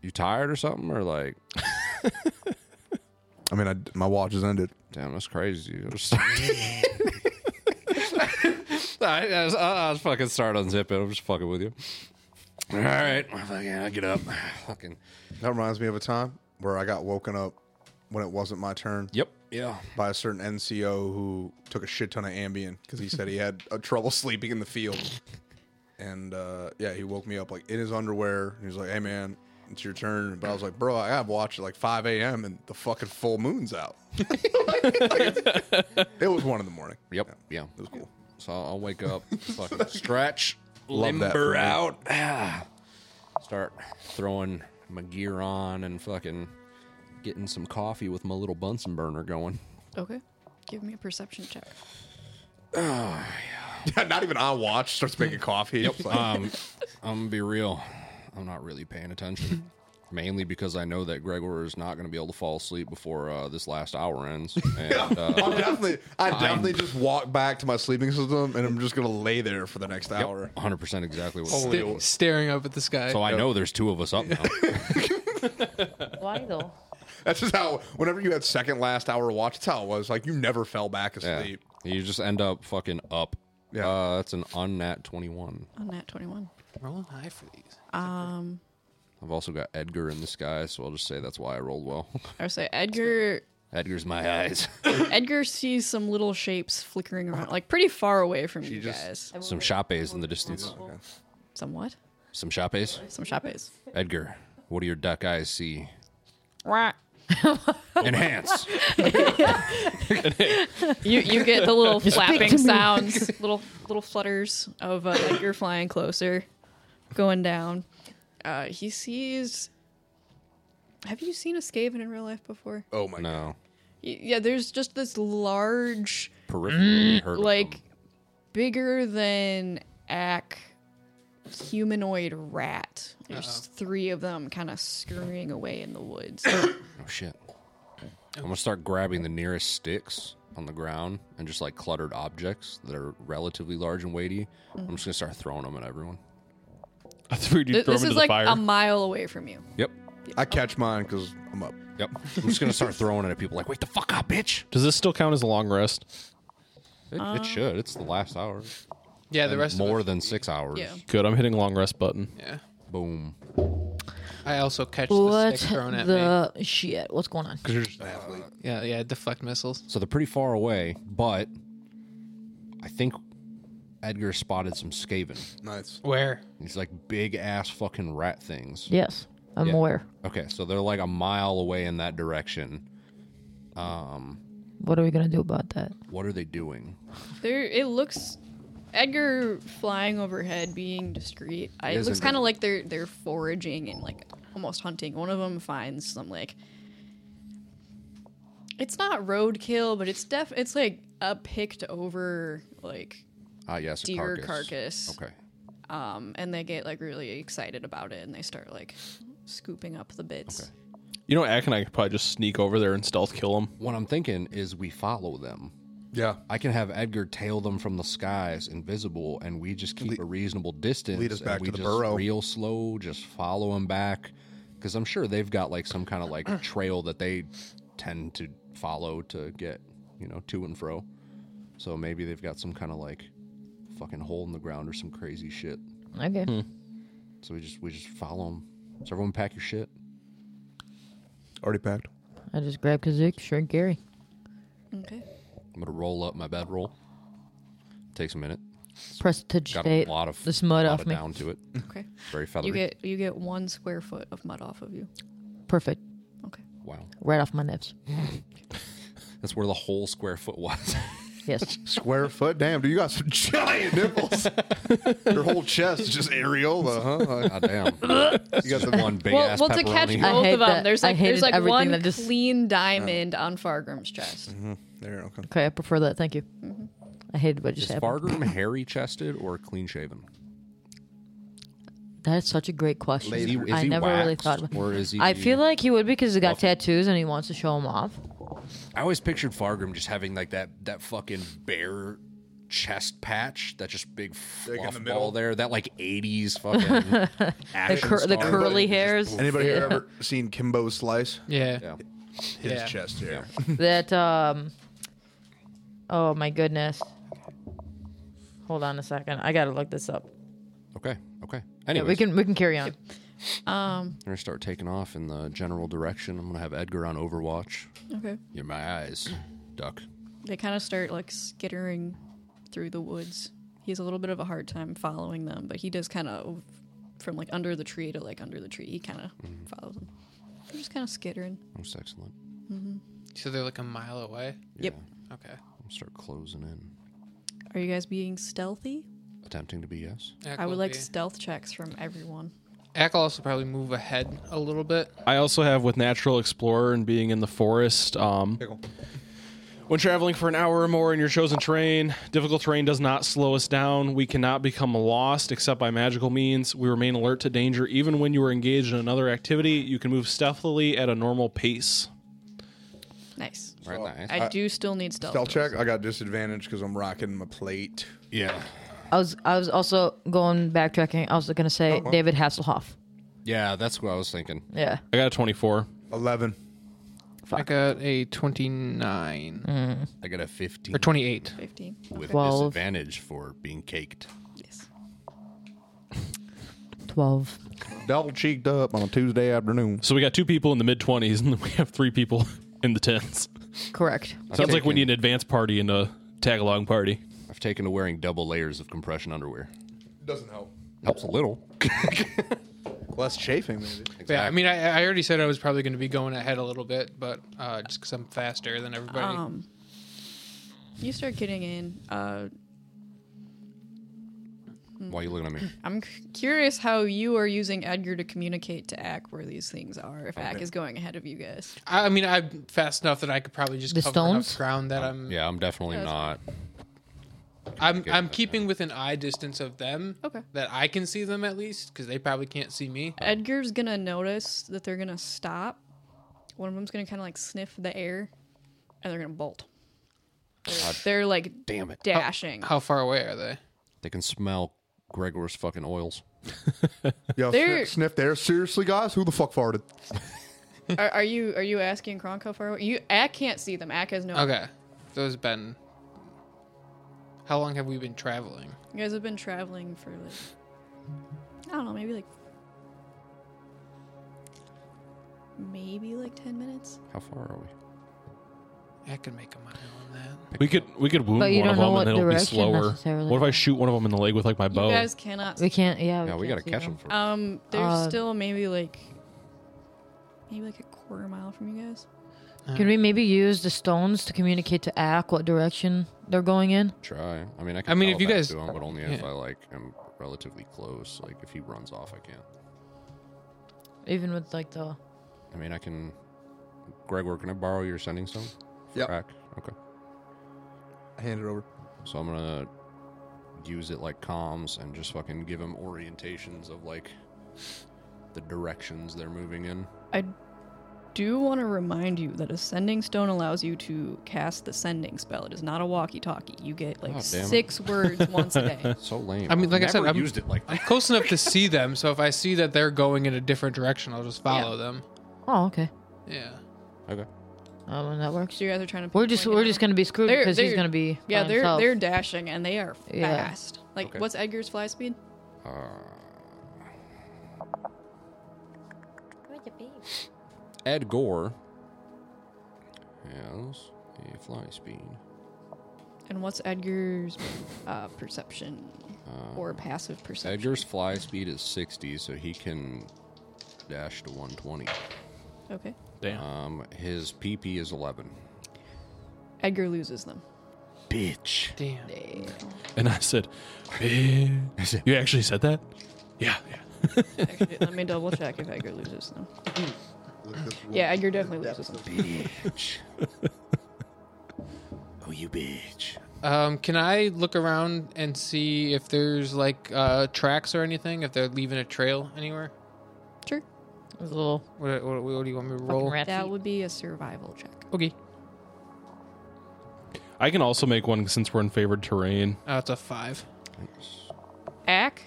you tired or something, or like? I mean, I, my watch is ended. Damn, that's crazy. I'm just I, I, was, I was fucking start unzipping. I'm just fucking with you. All right, fucking, I get up. Fucking. That reminds me of a time where I got woken up when it wasn't my turn Yep. Yeah. by a certain NCO who took a shit ton of Ambien because he said he had uh, trouble sleeping in the field. And uh, yeah, he woke me up like in his underwear. And he was like, "Hey, man, it's your turn." But I was like, "Bro, I have watched at like 5 a.m. and the fucking full moon's out." it was one in the morning. Yep. Yeah, Yeah. it was cool. So I'll wake up, fucking stretch, Love that for limber me. out, ah, start throwing my gear on and fucking getting some coffee with my little Bunsen burner going. Okay. Give me a perception check. Not even on watch starts making coffee. It's like- Um, I'm gonna be real. I'm not really paying attention, mainly because I know that Gregor is not gonna be able to fall asleep before uh, this last hour ends. And, I'm uh, definitely, I definitely just walk back to my sleeping system, and I'm just gonna lay there for the next hour. 100 percent exactly what. Sta- staring up at the sky. so I know there's two of us up now. Why though? That's just how. Whenever you had second last hour watch, that's how it was. Like you never fell back Yeah. asleep. You just end up fucking up. Yeah. Uh, that's an unnat 21. On that 21. rolling high for these. Um, I've also got Edgar in the sky, so I'll just say that's why I rolled well. I would say Edgar. Edgar's my eyes. Edgar sees some little shapes flickering around, like pretty far away from you just- guys. Some shapes in the distance. Somewhat. Some shapes. Some shapes. Edgar, what do your duck eyes see? Right. Enhance. You you get the little flapping sounds, little little flutters of uh, like you're flying closer, going down. Uh, he sees. Have you seen a scaven in real life before? Oh my god! No. Y- Yeah, there's just this large, Peripherally heard of Mm, like them. bigger than Ack humanoid rat. There's three of them kind of scurrying away in the woods. Oh shit. I'm gonna start grabbing the nearest sticks on the ground and just like cluttered objects that are relatively large and weighty. I'm just gonna start throwing them at everyone. I figured you'd Th- throw this him into is the like fire. a mile away from you. Yep. I catch mine because I'm up. Yep. I'm just gonna start throwing it at people like, wake the fuck up, bitch. Does this still count as a long rest? It, Um, it should. It's the last hour. Yeah, the rest More of it- than six hours. Yeah. Good. I'm hitting long rest button. Yeah. Boom. I also catch What the stick thrown at me. the shit? What's going on? Yeah, yeah, deflect missiles. So they're pretty far away, but I think Edgar spotted some Skaven. Nice. Where? These like big ass fucking rat things. Yes, I'm Yeah. aware. Okay, so they're like a mile away in that direction. What are we gonna do about that? What are they doing? There, it looks. Edgar flying overhead, being discreet. I, it is looks Edgar. kind of like they're they're foraging and like almost hunting. One of them finds some like. It's not roadkill, but it's def. It's like a picked over like Ah, yes, a deer carcass. carcass, Okay. um, and they get like really excited about it, and they start like scooping up the bits. Okay. You know, Ack and I could probably just sneak over there and stealth kill him. What I'm thinking is we follow them. Yeah. I can have Edgar tail them from the skies, invisible, and we just keep a reasonable distance. lead us and back we to the just burrow. Real slow, just follow them back, because I'm sure they've got like some kind of like trail that they tend to follow to get, you know, to and fro. So maybe they've got some kind of like fucking hole in the ground or some crazy shit. Okay. Hmm. So we just we just follow them. So everyone pack your shit. Already packed. I just grab Kazook, shrink Gary. okay. I'm gonna roll up my bedroll. Takes a minute. Got a Prestidigitate lot of this mud lot off of me. down to it. Okay. Very feathery. You get you get one square foot of mud off of you. Perfect. Okay. wow. Right off my nips. That's where the whole square foot was. Yes. Square foot? Damn, dude, you got some giant nipples. Your whole chest is just areola, huh? Like, God damn. you got the One big Well, ass well to catch pepperoni. I both hate of them, that- there's I like there's hated like everything one that just- Uh-huh. clean diamond on Fargrim's chest. there, okay. Okay, I prefer that. Thank you. I hated what just Is happened. Fargrim hairy chested or clean shaven? That is such a great question. Is he, is I he never really waxed, thought. About- Or is he? I feel like he would because he got Buff. tattoos and he wants to show them off. I always pictured Fargrim just having like that that fucking bare chest patch, that just big in the fluff middle. ball there, that like '80s fucking The, action cur- the star. curly hairs. Anybody here ever seen Kimbo Slice? Yeah. Yeah. His Yeah. chest hair. that um oh my goodness hold on a second i gotta look this up Okay. Okay. yeah, Anyway, we can we can carry on I'm Um, gonna start taking off in the general direction. I'm gonna have Edgar on Overwatch. okay. You're my eyes, duck. They kind of start like skittering through the woods. He has a little bit of a hard time following them, but he does kind of from like under the tree to like under the tree. He kind of follows them. They're just kind of skittering. That's excellent. So they're like a mile away. Yep. Okay. I'm gonna start closing in. Are you guys being stealthy? Attempting to be yes. Ack I would will like be- stealth checks from everyone. Ack will also probably move ahead a little bit. I also have with natural explorer and being in the forest. Um, Pickle. when traveling for an hour or more in your chosen terrain, difficult terrain does not slow us down. We cannot become lost except by magical means. We remain alert to danger even when you are engaged in another activity. You can move stealthily at a normal pace. Nice. Right. nice. I do still need stealth. Stealth rolls. check. I got disadvantage because I'm rocking my plate. yeah. i was i was also going backtracking i was gonna Oh, say david hasselhoff Yeah. That's what I was thinking. yeah I got a 24. Eleven. I got a 29 I got a 15 or 28. 15. with Twelve. disadvantage for being caked. Yes. 12 Double cheeked up on a Tuesday afternoon. So we got two people in the mid 20s and then we have three people in the 10s. correct Sounds like we need an advance party and a tag along party. I've taken to wearing double layers of compression underwear. Doesn't help. Helps a little. Less chafing, maybe. Yeah, I mean, I, I already said I was probably going to be going ahead a little bit, but uh, just because I'm faster than everybody. Um, you start getting in. Uh, Mm. Why are you looking at me? I'm c- curious how you are using Edgar to communicate to Ack where these things are. If Ack is going ahead of you guys, I, I mean, I'm fast enough that I could probably just The cover stones? enough ground that I'm. Yeah, I'm definitely not. I'm I'm keeping within eye distance of them. Okay. That I can see them at least because they probably can't see me. Edgar's gonna notice that they're gonna stop. One of them's gonna kind of like sniff the air, and they're gonna bolt. They're, they're, like Damn it. dashing. How far away are they? They can smell Gregor's fucking oils. Yo, They're- sniff, sniff there. Seriously, guys, who the fuck farted? are, are you are you asking Kronk how far away? You Ack can't see them. Ack has no. Okay. So it's been. How long have we been traveling? You guys have been traveling for like I don't know, maybe like maybe like ten minutes. How far are we? I could make a mile on that. We could we could wound But you one of don't know them what and it'll be direction slower. necessarily. What if I shoot one of them in the leg with like my bow? You guys cannot. we can't yeah Yeah, we can't gotta see catch them. them first. Um, they're Uh, still maybe like maybe like a quarter mile from you guys. can we maybe use the stones to communicate to ack what direction they're going in Try. I mean, I can. I mean, tell if you I guys- do 'em, but only if yeah. I like am relatively close. Like if he runs off, I can't. even with like the I mean, I can. Gregor, can I borrow your sending stone? For Yep. Rack? Okay. Hand it over. So I'm gonna use it like comms and just fucking give him orientations of like the directions they're moving in. I do want to remind you that a sending stone allows you to cast the sending spell. It is not a walkie-talkie. You get like Oh, damn it. six words once a day. So lame. I mean, like I I've said, never I'm- used it like I'm that. close enough to see them, so if I see that they're going in a different direction, I'll just follow them. oh okay Yeah. Okay. um and that works So you guys are trying to. we're just pinpoint we're it just out. gonna be screwed They're- because he's they're- gonna be Yeah, by they're himself. they're dashing and they are Yeah. fast. Like, Okay. what's Edgar's fly speed? Ed Gore has a fly speed. And what's Edgar's uh, perception Uh, or passive perception? Edgar's fly speed is 60, so he can dash to 120. Okay. Damn. Um, his PP is 11. Edgar loses them. Bitch. Damn. And I said, "Eh, You actually said that? Yeah, yeah. Actually, let me double check if Edgar loses them. Yeah, Edgar definitely loses them. Bitch. oh, you bitch. Um, can I look around and see if there's like uh, tracks or anything? If they're leaving a trail anywhere? Sure. It was a little What, what, what do you want me to fucking roll? rat That feet. would be a survival check. Okay. I can also make one since we're in favored terrain. Oh, it's a five. Ack,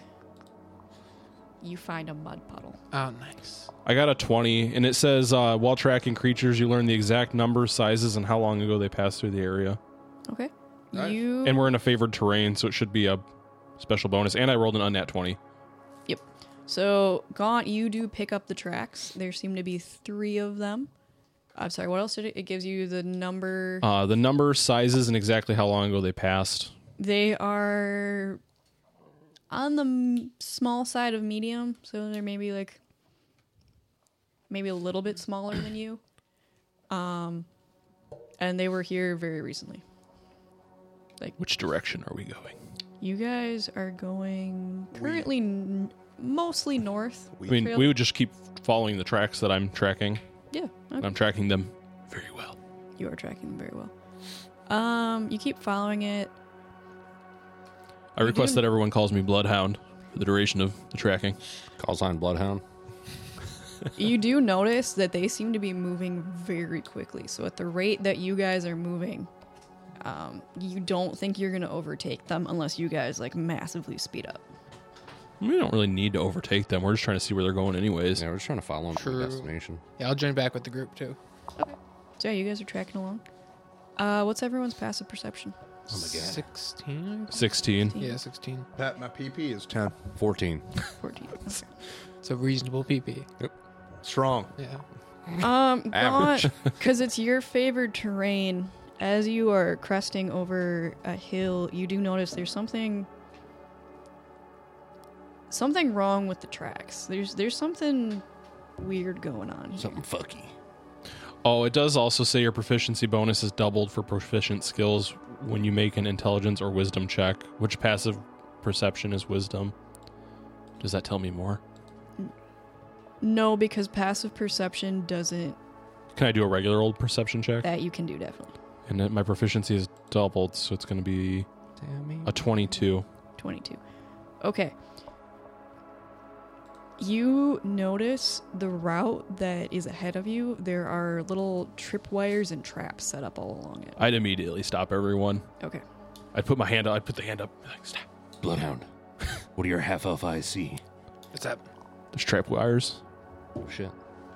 you find a mud puddle. Oh, nice. I got a 20, and it says uh, while tracking creatures, you learn the exact number, sizes, and how long ago they passed through the area. Okay. Nice. You And we're in a favored terrain, so it should be a special bonus. And I rolled an unnat 20. Yep. So, Gaunt, you do pick up the tracks. There seem to be three of them. I'm sorry, what else did it? It gives you the number. Uh, the number, sizes, and exactly how long ago they passed. They are on the m- small side of medium, so they're maybe like maybe a little bit smaller than you. Um, and they were here very recently. Which direction are we going? You guys are going currently n- mostly north. I mean, Trail- we would just keep following the tracks that I'm tracking, yeah, and I'm tracking them very well. You are tracking them very well. Um, you keep following it. I request do. that everyone calls me Bloodhound for the duration of the tracking. Calls on Bloodhound. You do notice that they seem to be moving very quickly. So at the rate that you guys are moving, um, you don't think you're gonna overtake them unless you guys like massively speed up. We don't really need to overtake them. We're just trying to see where they're going, anyways. Yeah, we're just trying to follow him to True. the destination. Yeah, I'll join back with the group too. So yeah, you guys are tracking along. Uh, what's everyone's passive perception? Oh my god. Sixteen. 16. Yeah, sixteen. Pat, my PP is 10. 14. Fourteen. Okay. It's a reasonable PP. Strong. Yeah. Um, Average. because it's your favored terrain. As you are cresting over a hill, you do notice there's something something wrong with the tracks. There's there's something weird going on. here. Something fucky. Oh, it does also say your proficiency bonus is doubled for proficient skills when you make an intelligence or wisdom check, which passive perception is wisdom. Does that tell me more? No, because passive perception doesn't. Can I do a regular old perception check? That you can do definitely. And then my proficiency is doubled, so it's going to be Damn a 22. 22. Okay. You notice the route that is ahead of you. There are little tripwires and traps set up all along it. I'd immediately stop everyone. Okay. I'd put my hand up. I'd put the hand up. Like, stop. Bloodhound. What do your half elf eyes see? What's up? There's trap wires, Oh, shit.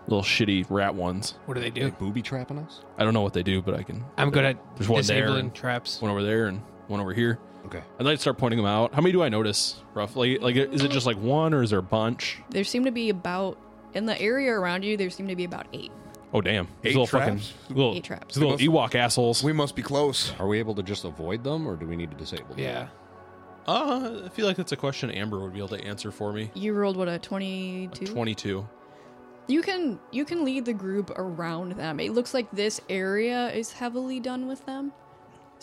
little shitty rat ones. What do they They do? booby trapping us? I don't know what they do, but I can. I'm good at There's one there disabling and- traps. One over there and one over here. Okay. I'd like to start pointing them out. How many do I notice roughly? Like, is it just like one or is there a bunch? There seem to be about, in the area around you, there seem to be about eight. Oh damn! These Eight little traps? fucking little, Eight traps. these little Ewok assholes. We must be close. Are we able to just avoid them or do we need to disable them? Yeah. Uh, I feel like that's a question Amber would be able to answer for me. You rolled what a twenty-two. Twenty-two. You can you can lead the group around them. It looks like this area is heavily done with them.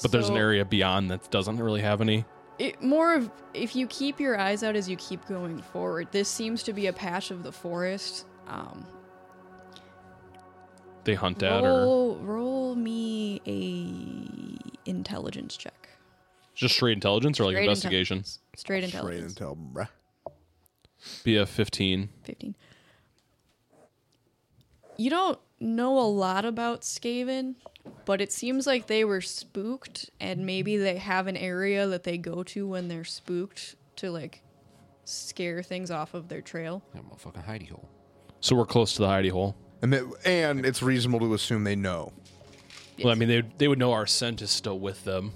But there's an So- area beyond that doesn't really have any. it more of if you keep your eyes out as you keep going forward this seems to be a patch of the forest um They hunt at or roll, roll me a intelligence check just straight intelligence or like Straight investigation. intelligence. Straight straight intelligence intel, bruh. Be a fifteen. 15 you don't know a lot about skaven but it seems like they were spooked and maybe they have an area that they go to when they're spooked to like scare things off of their trail I'm a fucking hidey hole. So we're close to the hidey hole. And, that, and it's reasonable to assume they know. Well, I mean, they they would know our scent is still with them,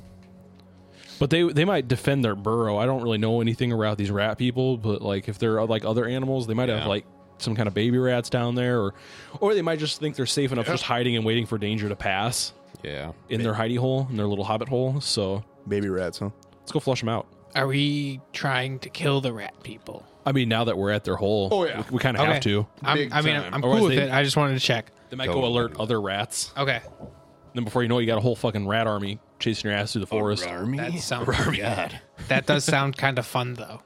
but they they might defend their burrow. I don't really know anything about these rat people, but like if they're like other animals, they might have Yeah. like some kind of baby rats down there, or or they might just think they're safe enough just hiding and waiting for danger to pass Yeah. in their hidey hole in their little hobbit hole. So Baby rats, huh? let's go flush them out. Are we trying to kill the rat people? I mean, now that we're at their hole, Oh, yeah. we, kind of have to. I'm, Big I mean, time. I'm Otherwise cool with they- it. I just wanted to check. They might go Totally. alert other rats. Okay. Then before you know it, you got a whole fucking rat army chasing your ass through the forest. Army? That sounds God. that does sound kind of fun though.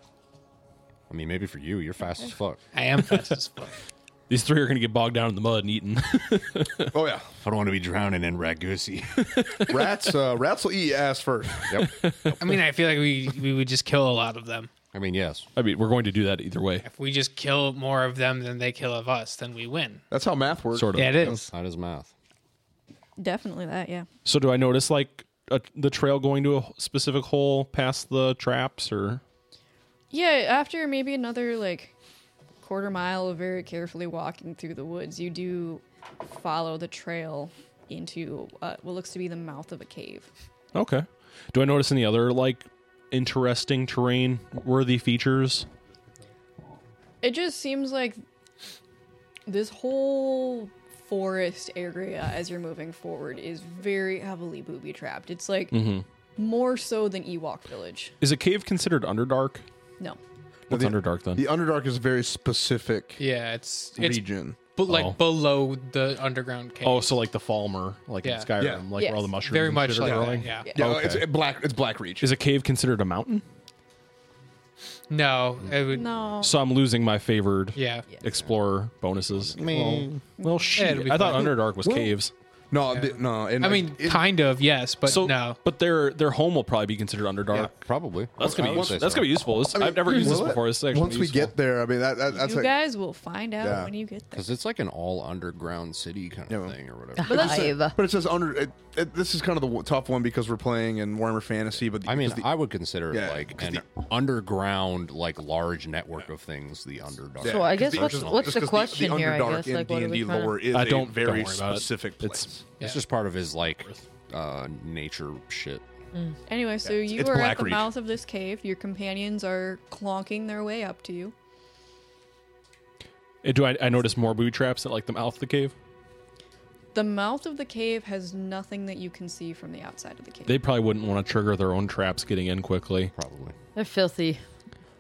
I mean, maybe for you, you're fast as fuck. I am fast as fuck. These three are going to get bogged down in the mud and eaten. Oh yeah, I don't want to be drowning in Ragusi. rats. Uh, rats will eat your ass first. yep. I mean, I feel like we we would just kill a lot of them. I mean, yes. I mean, we're going to do that either way, If we just kill more of them than they kill of us, then we win. That's how math works. sort of. Yeah, it is. Not his mouth. Definitely that, yeah. So do I notice like a, the trail going to a specific hole past the traps, or Yeah, after maybe another like quarter mile of very carefully walking through the woods, you do follow the trail into uh, what looks to be the mouth of a cave. okay? Do I notice any other like interesting terrain worthy features? It just seems like this whole forest area as you're moving forward is very heavily booby trapped. It's like Mm-hmm. more so than Ewok Village. Is a cave considered underdark? No. What's the- underdark then? The underdark is a very specific Yeah, it's it's region. but like Oh. below the underground cave. Oh, so like the Falmer, like Yeah. in Skyrim, Yeah. like where all the Yes. mushrooms very and much shit are like growing. that. Yeah. Yeah, Okay. it's it black. It's black reach. Is a cave considered a mountain? No, Mm. it would. No. So I'm losing my favored Yeah. explorer bonuses. mean, Well, it'll shit. be I thought fine. Underdark was caves. no, the- no. And I like, mean, it- kind of yes, but So, no. but their their home will probably be considered Underdark. Uh, Probably. That's gonna I be would useful. say that's so. gonna be useful. This- I've never used this will it? before. This is actually Once we useful. get there, I mean, that, that that's you like guys will find out Yeah. when you get there. Because it's like an all underground city kind of Yeah. thing or whatever. Hive. But it says under. It, it, this is kind of the w- tough one because we're playing in Warhammer Fantasy. But the, I mean, because the- I would consider Yeah, it like 'cause an underground, like large network of things, the underdark. yeah, So I 'cause guess the- what's- just- what's just the 'cause question the here, I Underdark guess? Like, what in are we D&D trying to- lore is I a don't- very don't worry about it. specific place. It's- It's just part of his like uh, nature shit. Anyway, so you it's are at Black the Reach. mouth of this cave. Your companions are clonking their way up to you. Uh, Do I, I notice more booby traps at like the mouth of the cave? The mouth of the cave has nothing that you can see from the outside of the cave. They probably wouldn't want to trigger their own traps getting in quickly. Probably. They're filthy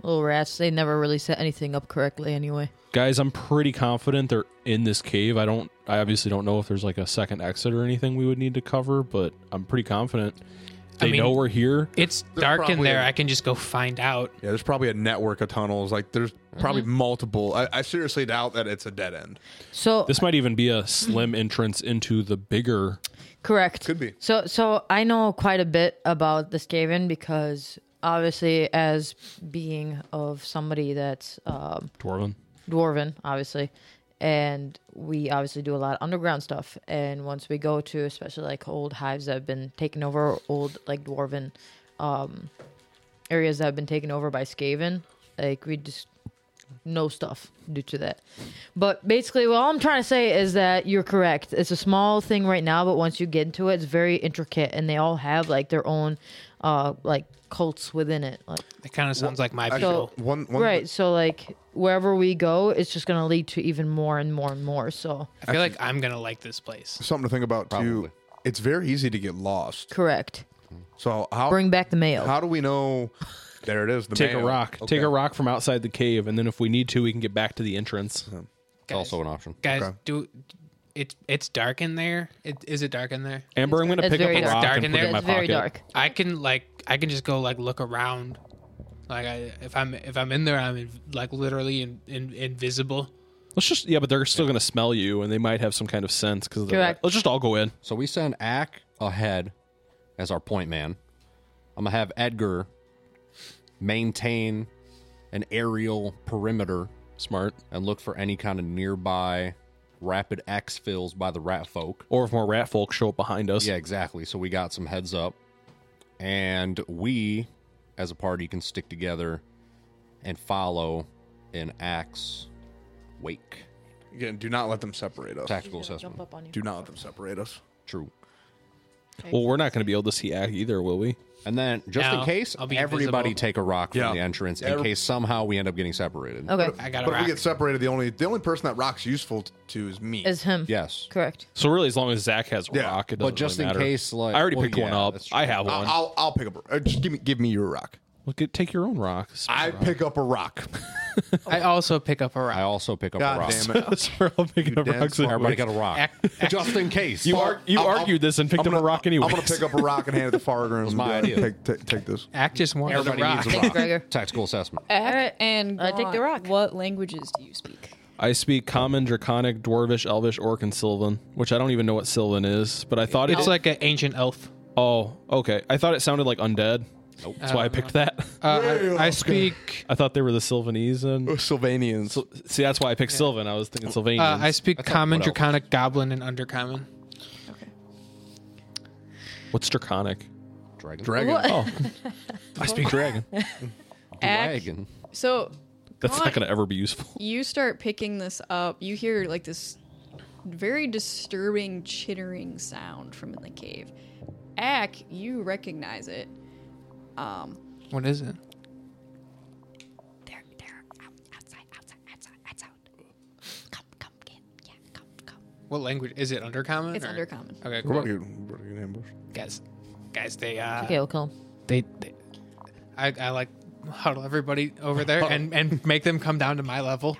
little rats. They never really set anything up correctly anyway. Guys, I'm pretty confident they're in this cave. I don't. I obviously don't know if there's like a second exit or anything we would need to cover, but I'm pretty confident. They mean- know we're here. It's dark in probably there. a- I can just go find out. Yeah, there's probably a network of tunnels. Like there's Mm-hmm. probably multiple. I, I seriously doubt that it's a dead end. So This might even be a slim entrance into the bigger. correct. Could be. So so I know quite a bit about this cave in because obviously as being of somebody that's um, Dwarven. dwarven, obviously, and we obviously do a lot of underground stuff. And once we go to especially like old hives that have been taken over, old like dwarven um, areas that have been taken over by Skaven, like we just know stuff due to that. But basically, well, all I'm trying to say is that you're correct. It's a small thing right now, but once you get into it, it's very intricate, and they all have like their own uh, like cults within it, like. It kind of sounds like my So- people. One, one Right. So like wherever we go, it's just gonna lead to even more and more and more. So I feel like I'm gonna like this place. something to think about Probably. too. It's very easy to get lost. correct. So how Bring back the mail. how do we know? There it is. The Take mail. a rock. Okay. Take a rock from outside the cave, and then if we need to, we can get back to the entrance. It's also an option. Guys, Okay. do it's it's dark in there. It, is it dark in there? Amber, I'm going to It's pick up very a dark. rock Dark and in put it there. in Yeah, my it's very pocket. dark. I can like I can just go like look around. Like I, if I'm if I'm in there, I'm in, like literally in, in, invisible. Let's just yeah, but they're still going to smell you, and they might have some kind of sense because Correct. let's just all go in. So we send Ack ahead as our point man. I'm gonna have Edgar maintain an aerial perimeter Smart. and look for any kind of nearby rapid X fills by the rat folk. Or if more rat folk show up behind us, Yeah, exactly. So we got some heads up, and we, as a party, can stick together and follow in Axe wake. Again, do not let them separate us. Tactical assessment. Jump up on you. Do not let them separate us. True. well, we're not going to be able to see Ag either, will we? And then, just No, in case, I'll be everybody invisible. take a rock from Yeah. the entrance in Every- case somehow we end up getting separated. Okay. I got But if we a rock. get separated, the only the only person that rock's useful t- to is me. Is him. Yes. Correct. So really, as long as Zach has a Yeah, rock, it doesn't but just really in matter. case, like- I already well, picked one yeah, up, that's true. I have I'll, one. I'll I'll pick up. a- uh, Just give me give me your rock. Well, get, take your own rock. I pick up a rock. I also pick up a I rock. also pick up God a rock. damn it. That's where I'll pick up dense rocks. fuck. Everybody got a rock. Just in case. You, ar- you I'll- I'll- argued this and picked up a rock anyway. I'm gonna pick up a rock and hand it to Fargrim. That's my idea. Take, take, take this. Act just wanted Everybody a needs rock. a Thank you, rock. Gregor. Tactical assessment. Eh. And I take the Gronk, rock. What languages do you speak? I speak Common, Draconic, Dwarvish, Elvish, Orc, and Sylvan, which I don't even know what Sylvan is, but I thought It's it, like an ancient elf. Oh, okay. I thought it sounded like undead. Nope. That's why I picked that. Uh, I, I speak. I thought they were the Sylvanese, and Sylvanians. see, that's why I picked Sylvan. I was thinking Sylvanians. Uh, I speak thought- common, what else? draconic, goblin, and undercommon. What's Draconic? Dragon. Dragon. Oh, I speak dragon. Dragon. So That's God. not going to ever be useful. you start picking this up. You hear like this very disturbing chittering sound from in the cave. Ack, you recognize it. Um, What is it? they're they're out, outside, outside, outside, outside. Come, come, get, yeah, come, come. What language is it? Undercommon. It's or- undercommon. We're Okay, cool. about to get, we're about to get ambushed. guys, guys, they uh, Okay, we'll kill him. they, they I, I like huddle everybody over there and and make them come down to my level.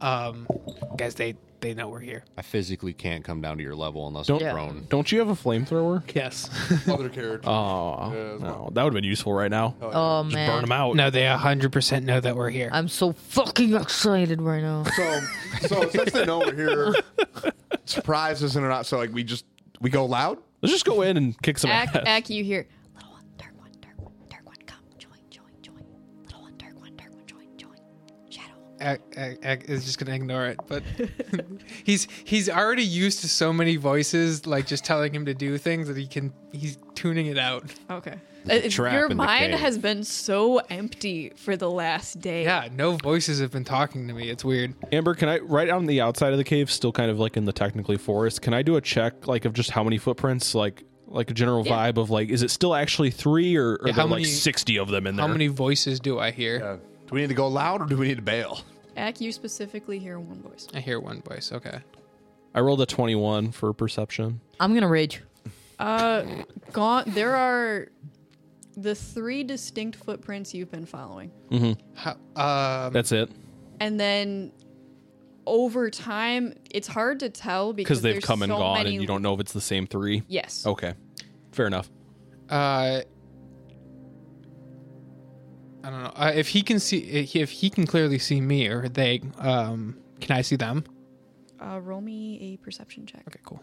Um, guys, they they know we're here. I physically can't come down to your level unless Don't- I'm Yeah. prone. Don't you have a flamethrower? Yes. Mother carriage. Oh, it's no, that would have been useful right now. Oh Just man, burn them out. no, they hundred percent know that we're here. I'm so fucking excited right now. So, so since they know we're here, surprises and not so like we just we go loud. Let's just go in and kick some Ack, ass. Ack, you hear. Little one, dark one, dark one, dark one, come, join, join, join. Little one, dark one, dark one, join, join. Shadow. Ag, Ag, Ag is just gonna ignore it, but he's he's already used to so many voices, like just telling him to do things that he can he's tuning it out. Okay. a trap Uh, your in the mind cave. has been so empty for the last day. Yeah, no voices have been talking to me. It's weird. Amber, can I right on the outside of the cave, still kind of like in the technically forest? Can I do a check like of just how many footprints, like like a general Yeah. vibe of like, is it still actually three or, or Yeah, there how are, like many- sixty of them in there? How many voices do I hear? do we need to go loud or do we need to bail? Ack, you specifically hear one voice. I hear one voice. Okay. I rolled a twenty-one for perception. I'm gonna rage. Uh, gone. There are the three distinct footprints you've been following, How, um, That's it and then over time, it's hard to tell because because they've there's come and so gone, many- and you don't know Oh. if it's the same three. Yes. Okay, fair enough. uh, I don't know uh, if he can see if he can clearly see me or they. Um, can I see them? Uh, roll me a perception check. Okay, cool.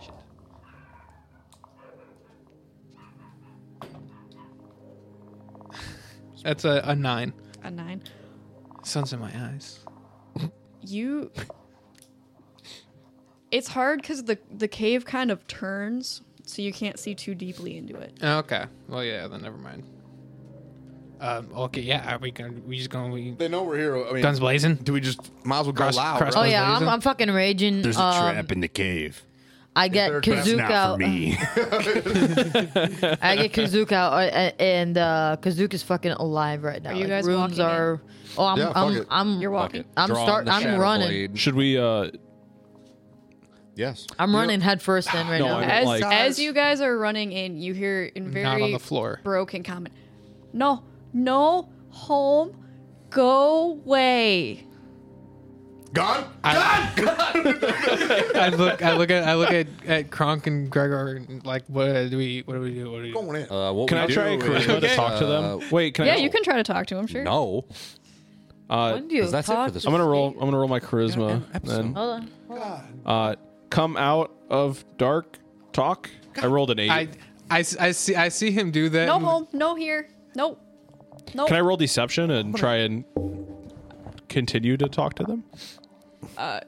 Shit. That's a, a nine. A nine. Sun's in my eyes. You. It's hard because the the cave kind of turns, so you can't see too deeply into it. Okay. Well, yeah. Then never mind. Um. Okay. Yeah. Are we gonna? We just gonna? We, They know we're here. I mean, guns blazing. do we just might as well go Cross- loud? cross- Oh right? Guys, yeah, I'm, ladies and- I'm fufucking raging. Um, uh, in the cave. I get Third trap's Kazook out. me. I get Kazook out, uh, uh, and uh, Kazook is fucking alive right now. Are you Like, guys rooms walking in? are. Oh, I'm, Yeah, fuck I'm, it. I'm, You're walking. I'm Draw start. the I'm shadow running. blade. Should we? uh Yes. I'm running head first in right No, now. I meant As, like- as you guys are running in, you hear in very Not on the floor. broken comment. No, no, home, go away. Gone. I look. I look at. I look at at Kronk and Gregor. And like, what do we? What do we do? What do we? Do? Going in. Uh, what Can we I do try and is- charisma to talk to them? Uh, Wait, can yeah, I? you can try to talk to him, sure. No. Uh, When do you Is that it talk for this to I'm gonna roll. Steve? I'm gonna roll my charisma. Then, Hold on. uh, come out of dark. Talk. I rolled an eight. I, I, s- I see. I see him do that. No and- home, no here. Nope. Nope. Can I roll deception and try and continue to talk to them?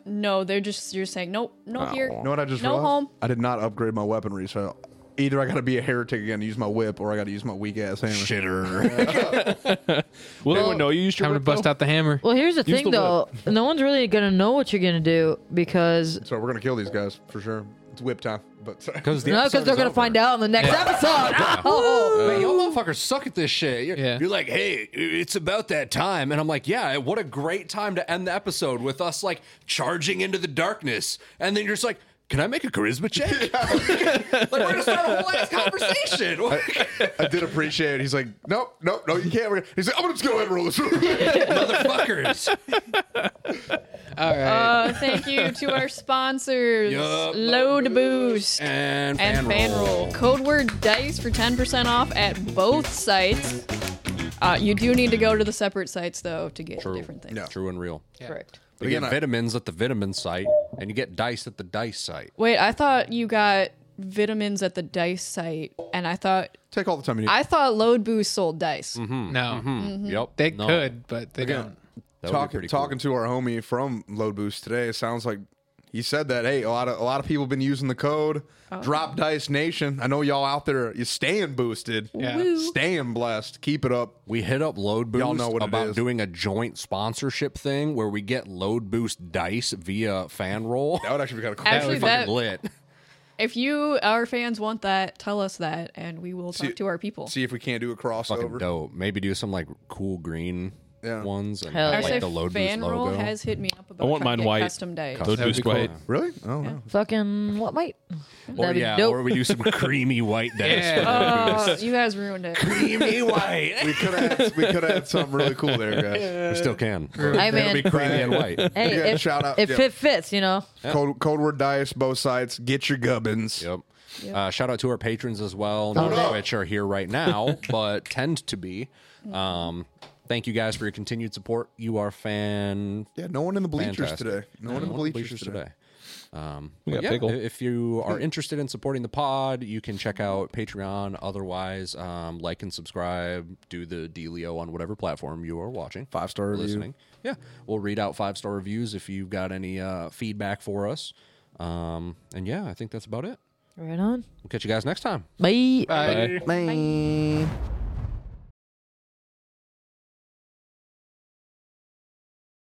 no, they're just you're saying nope, no here. You know what I just no realized? home. I did not upgrade my weaponry, so either I got to be a heretic again and use my whip, or I got to use my weak ass hammer. Shitter. Will anyone know you used your Time to whip, bust though? out the hammer. Well, here's the Use thing, the though. No one's really gonna know what you're gonna do because So we're gonna kill these guys for sure. It's whip time, but Because no, because they're gonna find out in the next episode. Oh, Man, y'all motherfuckers suck at this shit. You're, Yeah. you're like, hey, it's about that time. And I'm like, yeah, what a great time to end the episode with us like charging into the darkness. And then you're just like, Can I make a charisma check? Like we're gonna start a whole ass conversation. I did appreciate it. He's like, nope, nope, no, you can't. We're gonna-" He's like, I'm gonna just go ahead and roll this. Motherfuckers. All right. Uh, thank you to our sponsors, Yup. Load Boost And, and Fanroll. Code word dice for 10% off at both sites. Uh, you do need to go to the separate sites though to get True. different things. Yeah. True and real. Correct. You again, get I- vitamins at the vitamin site, and you get dice at the dice site. Wait, I thought you got vitamins at the dice site, and I thought Take all the time you need. I thought Load Boost sold dice. Mm-hmm. No, Yep. they No, could, but they don't. that would be talking pretty cool. talking to our homie from Load Boost today. It sounds like he said that hey, a lot of a lot of people have been using the code Drop Dice Nation. I know y'all out there, you staying boosted, Yeah. Woo. staying blessed. Keep it up. We hit up Load Boost Y'all know what it about is. doing a joint sponsorship thing where we get Load Boost dice via fan roll. That would actually be kind of cool. Actually, Fucking that lit. if you our fans want that, tell us that, and we will talk See- to our people. See if we can't do a Fucking crossover. dope. Maybe do some like cool green Yeah. ones and Hell have, yeah. like Actually, the Load Boost fan roll logo. has hit me up about I want trying mine to get white. custom dice. Load That'd be boost cool. white. Really? Oh, wow. Fucking what might? Or That'd yeah, be dope. or we do some creamy white dice. Yeah. for Load Oh, you guys ruined it. Boost. creamy white. we could have we could have something really cool there, guys. We still can. I It'll be mean, creamy and white. hey, Yeah, if, shout out, if yeah. it fits, you know. Code, code word dice, both sides. Get your gubbins. Yep. Uh, shout out to our patrons as well, none yeah. of which are here right now, but tend to be. Um, thank you guys for your continued support. You are fan Yeah, no one in the bleachers Fantastic. today. No one in the on the bleachers, today. Um, We but got yeah, Pickle. i- if you are interested in supporting the pod, you can check out Patreon. Otherwise, um, like and subscribe. Do the dealio on whatever platform you are watching. Five star or review. listening. Yeah, we'll read out five star reviews if you've got any uh, feedback for us. Um, and yeah, I think that's about it. Right on. We'll catch you guys next time. Bye. Bye. Bye.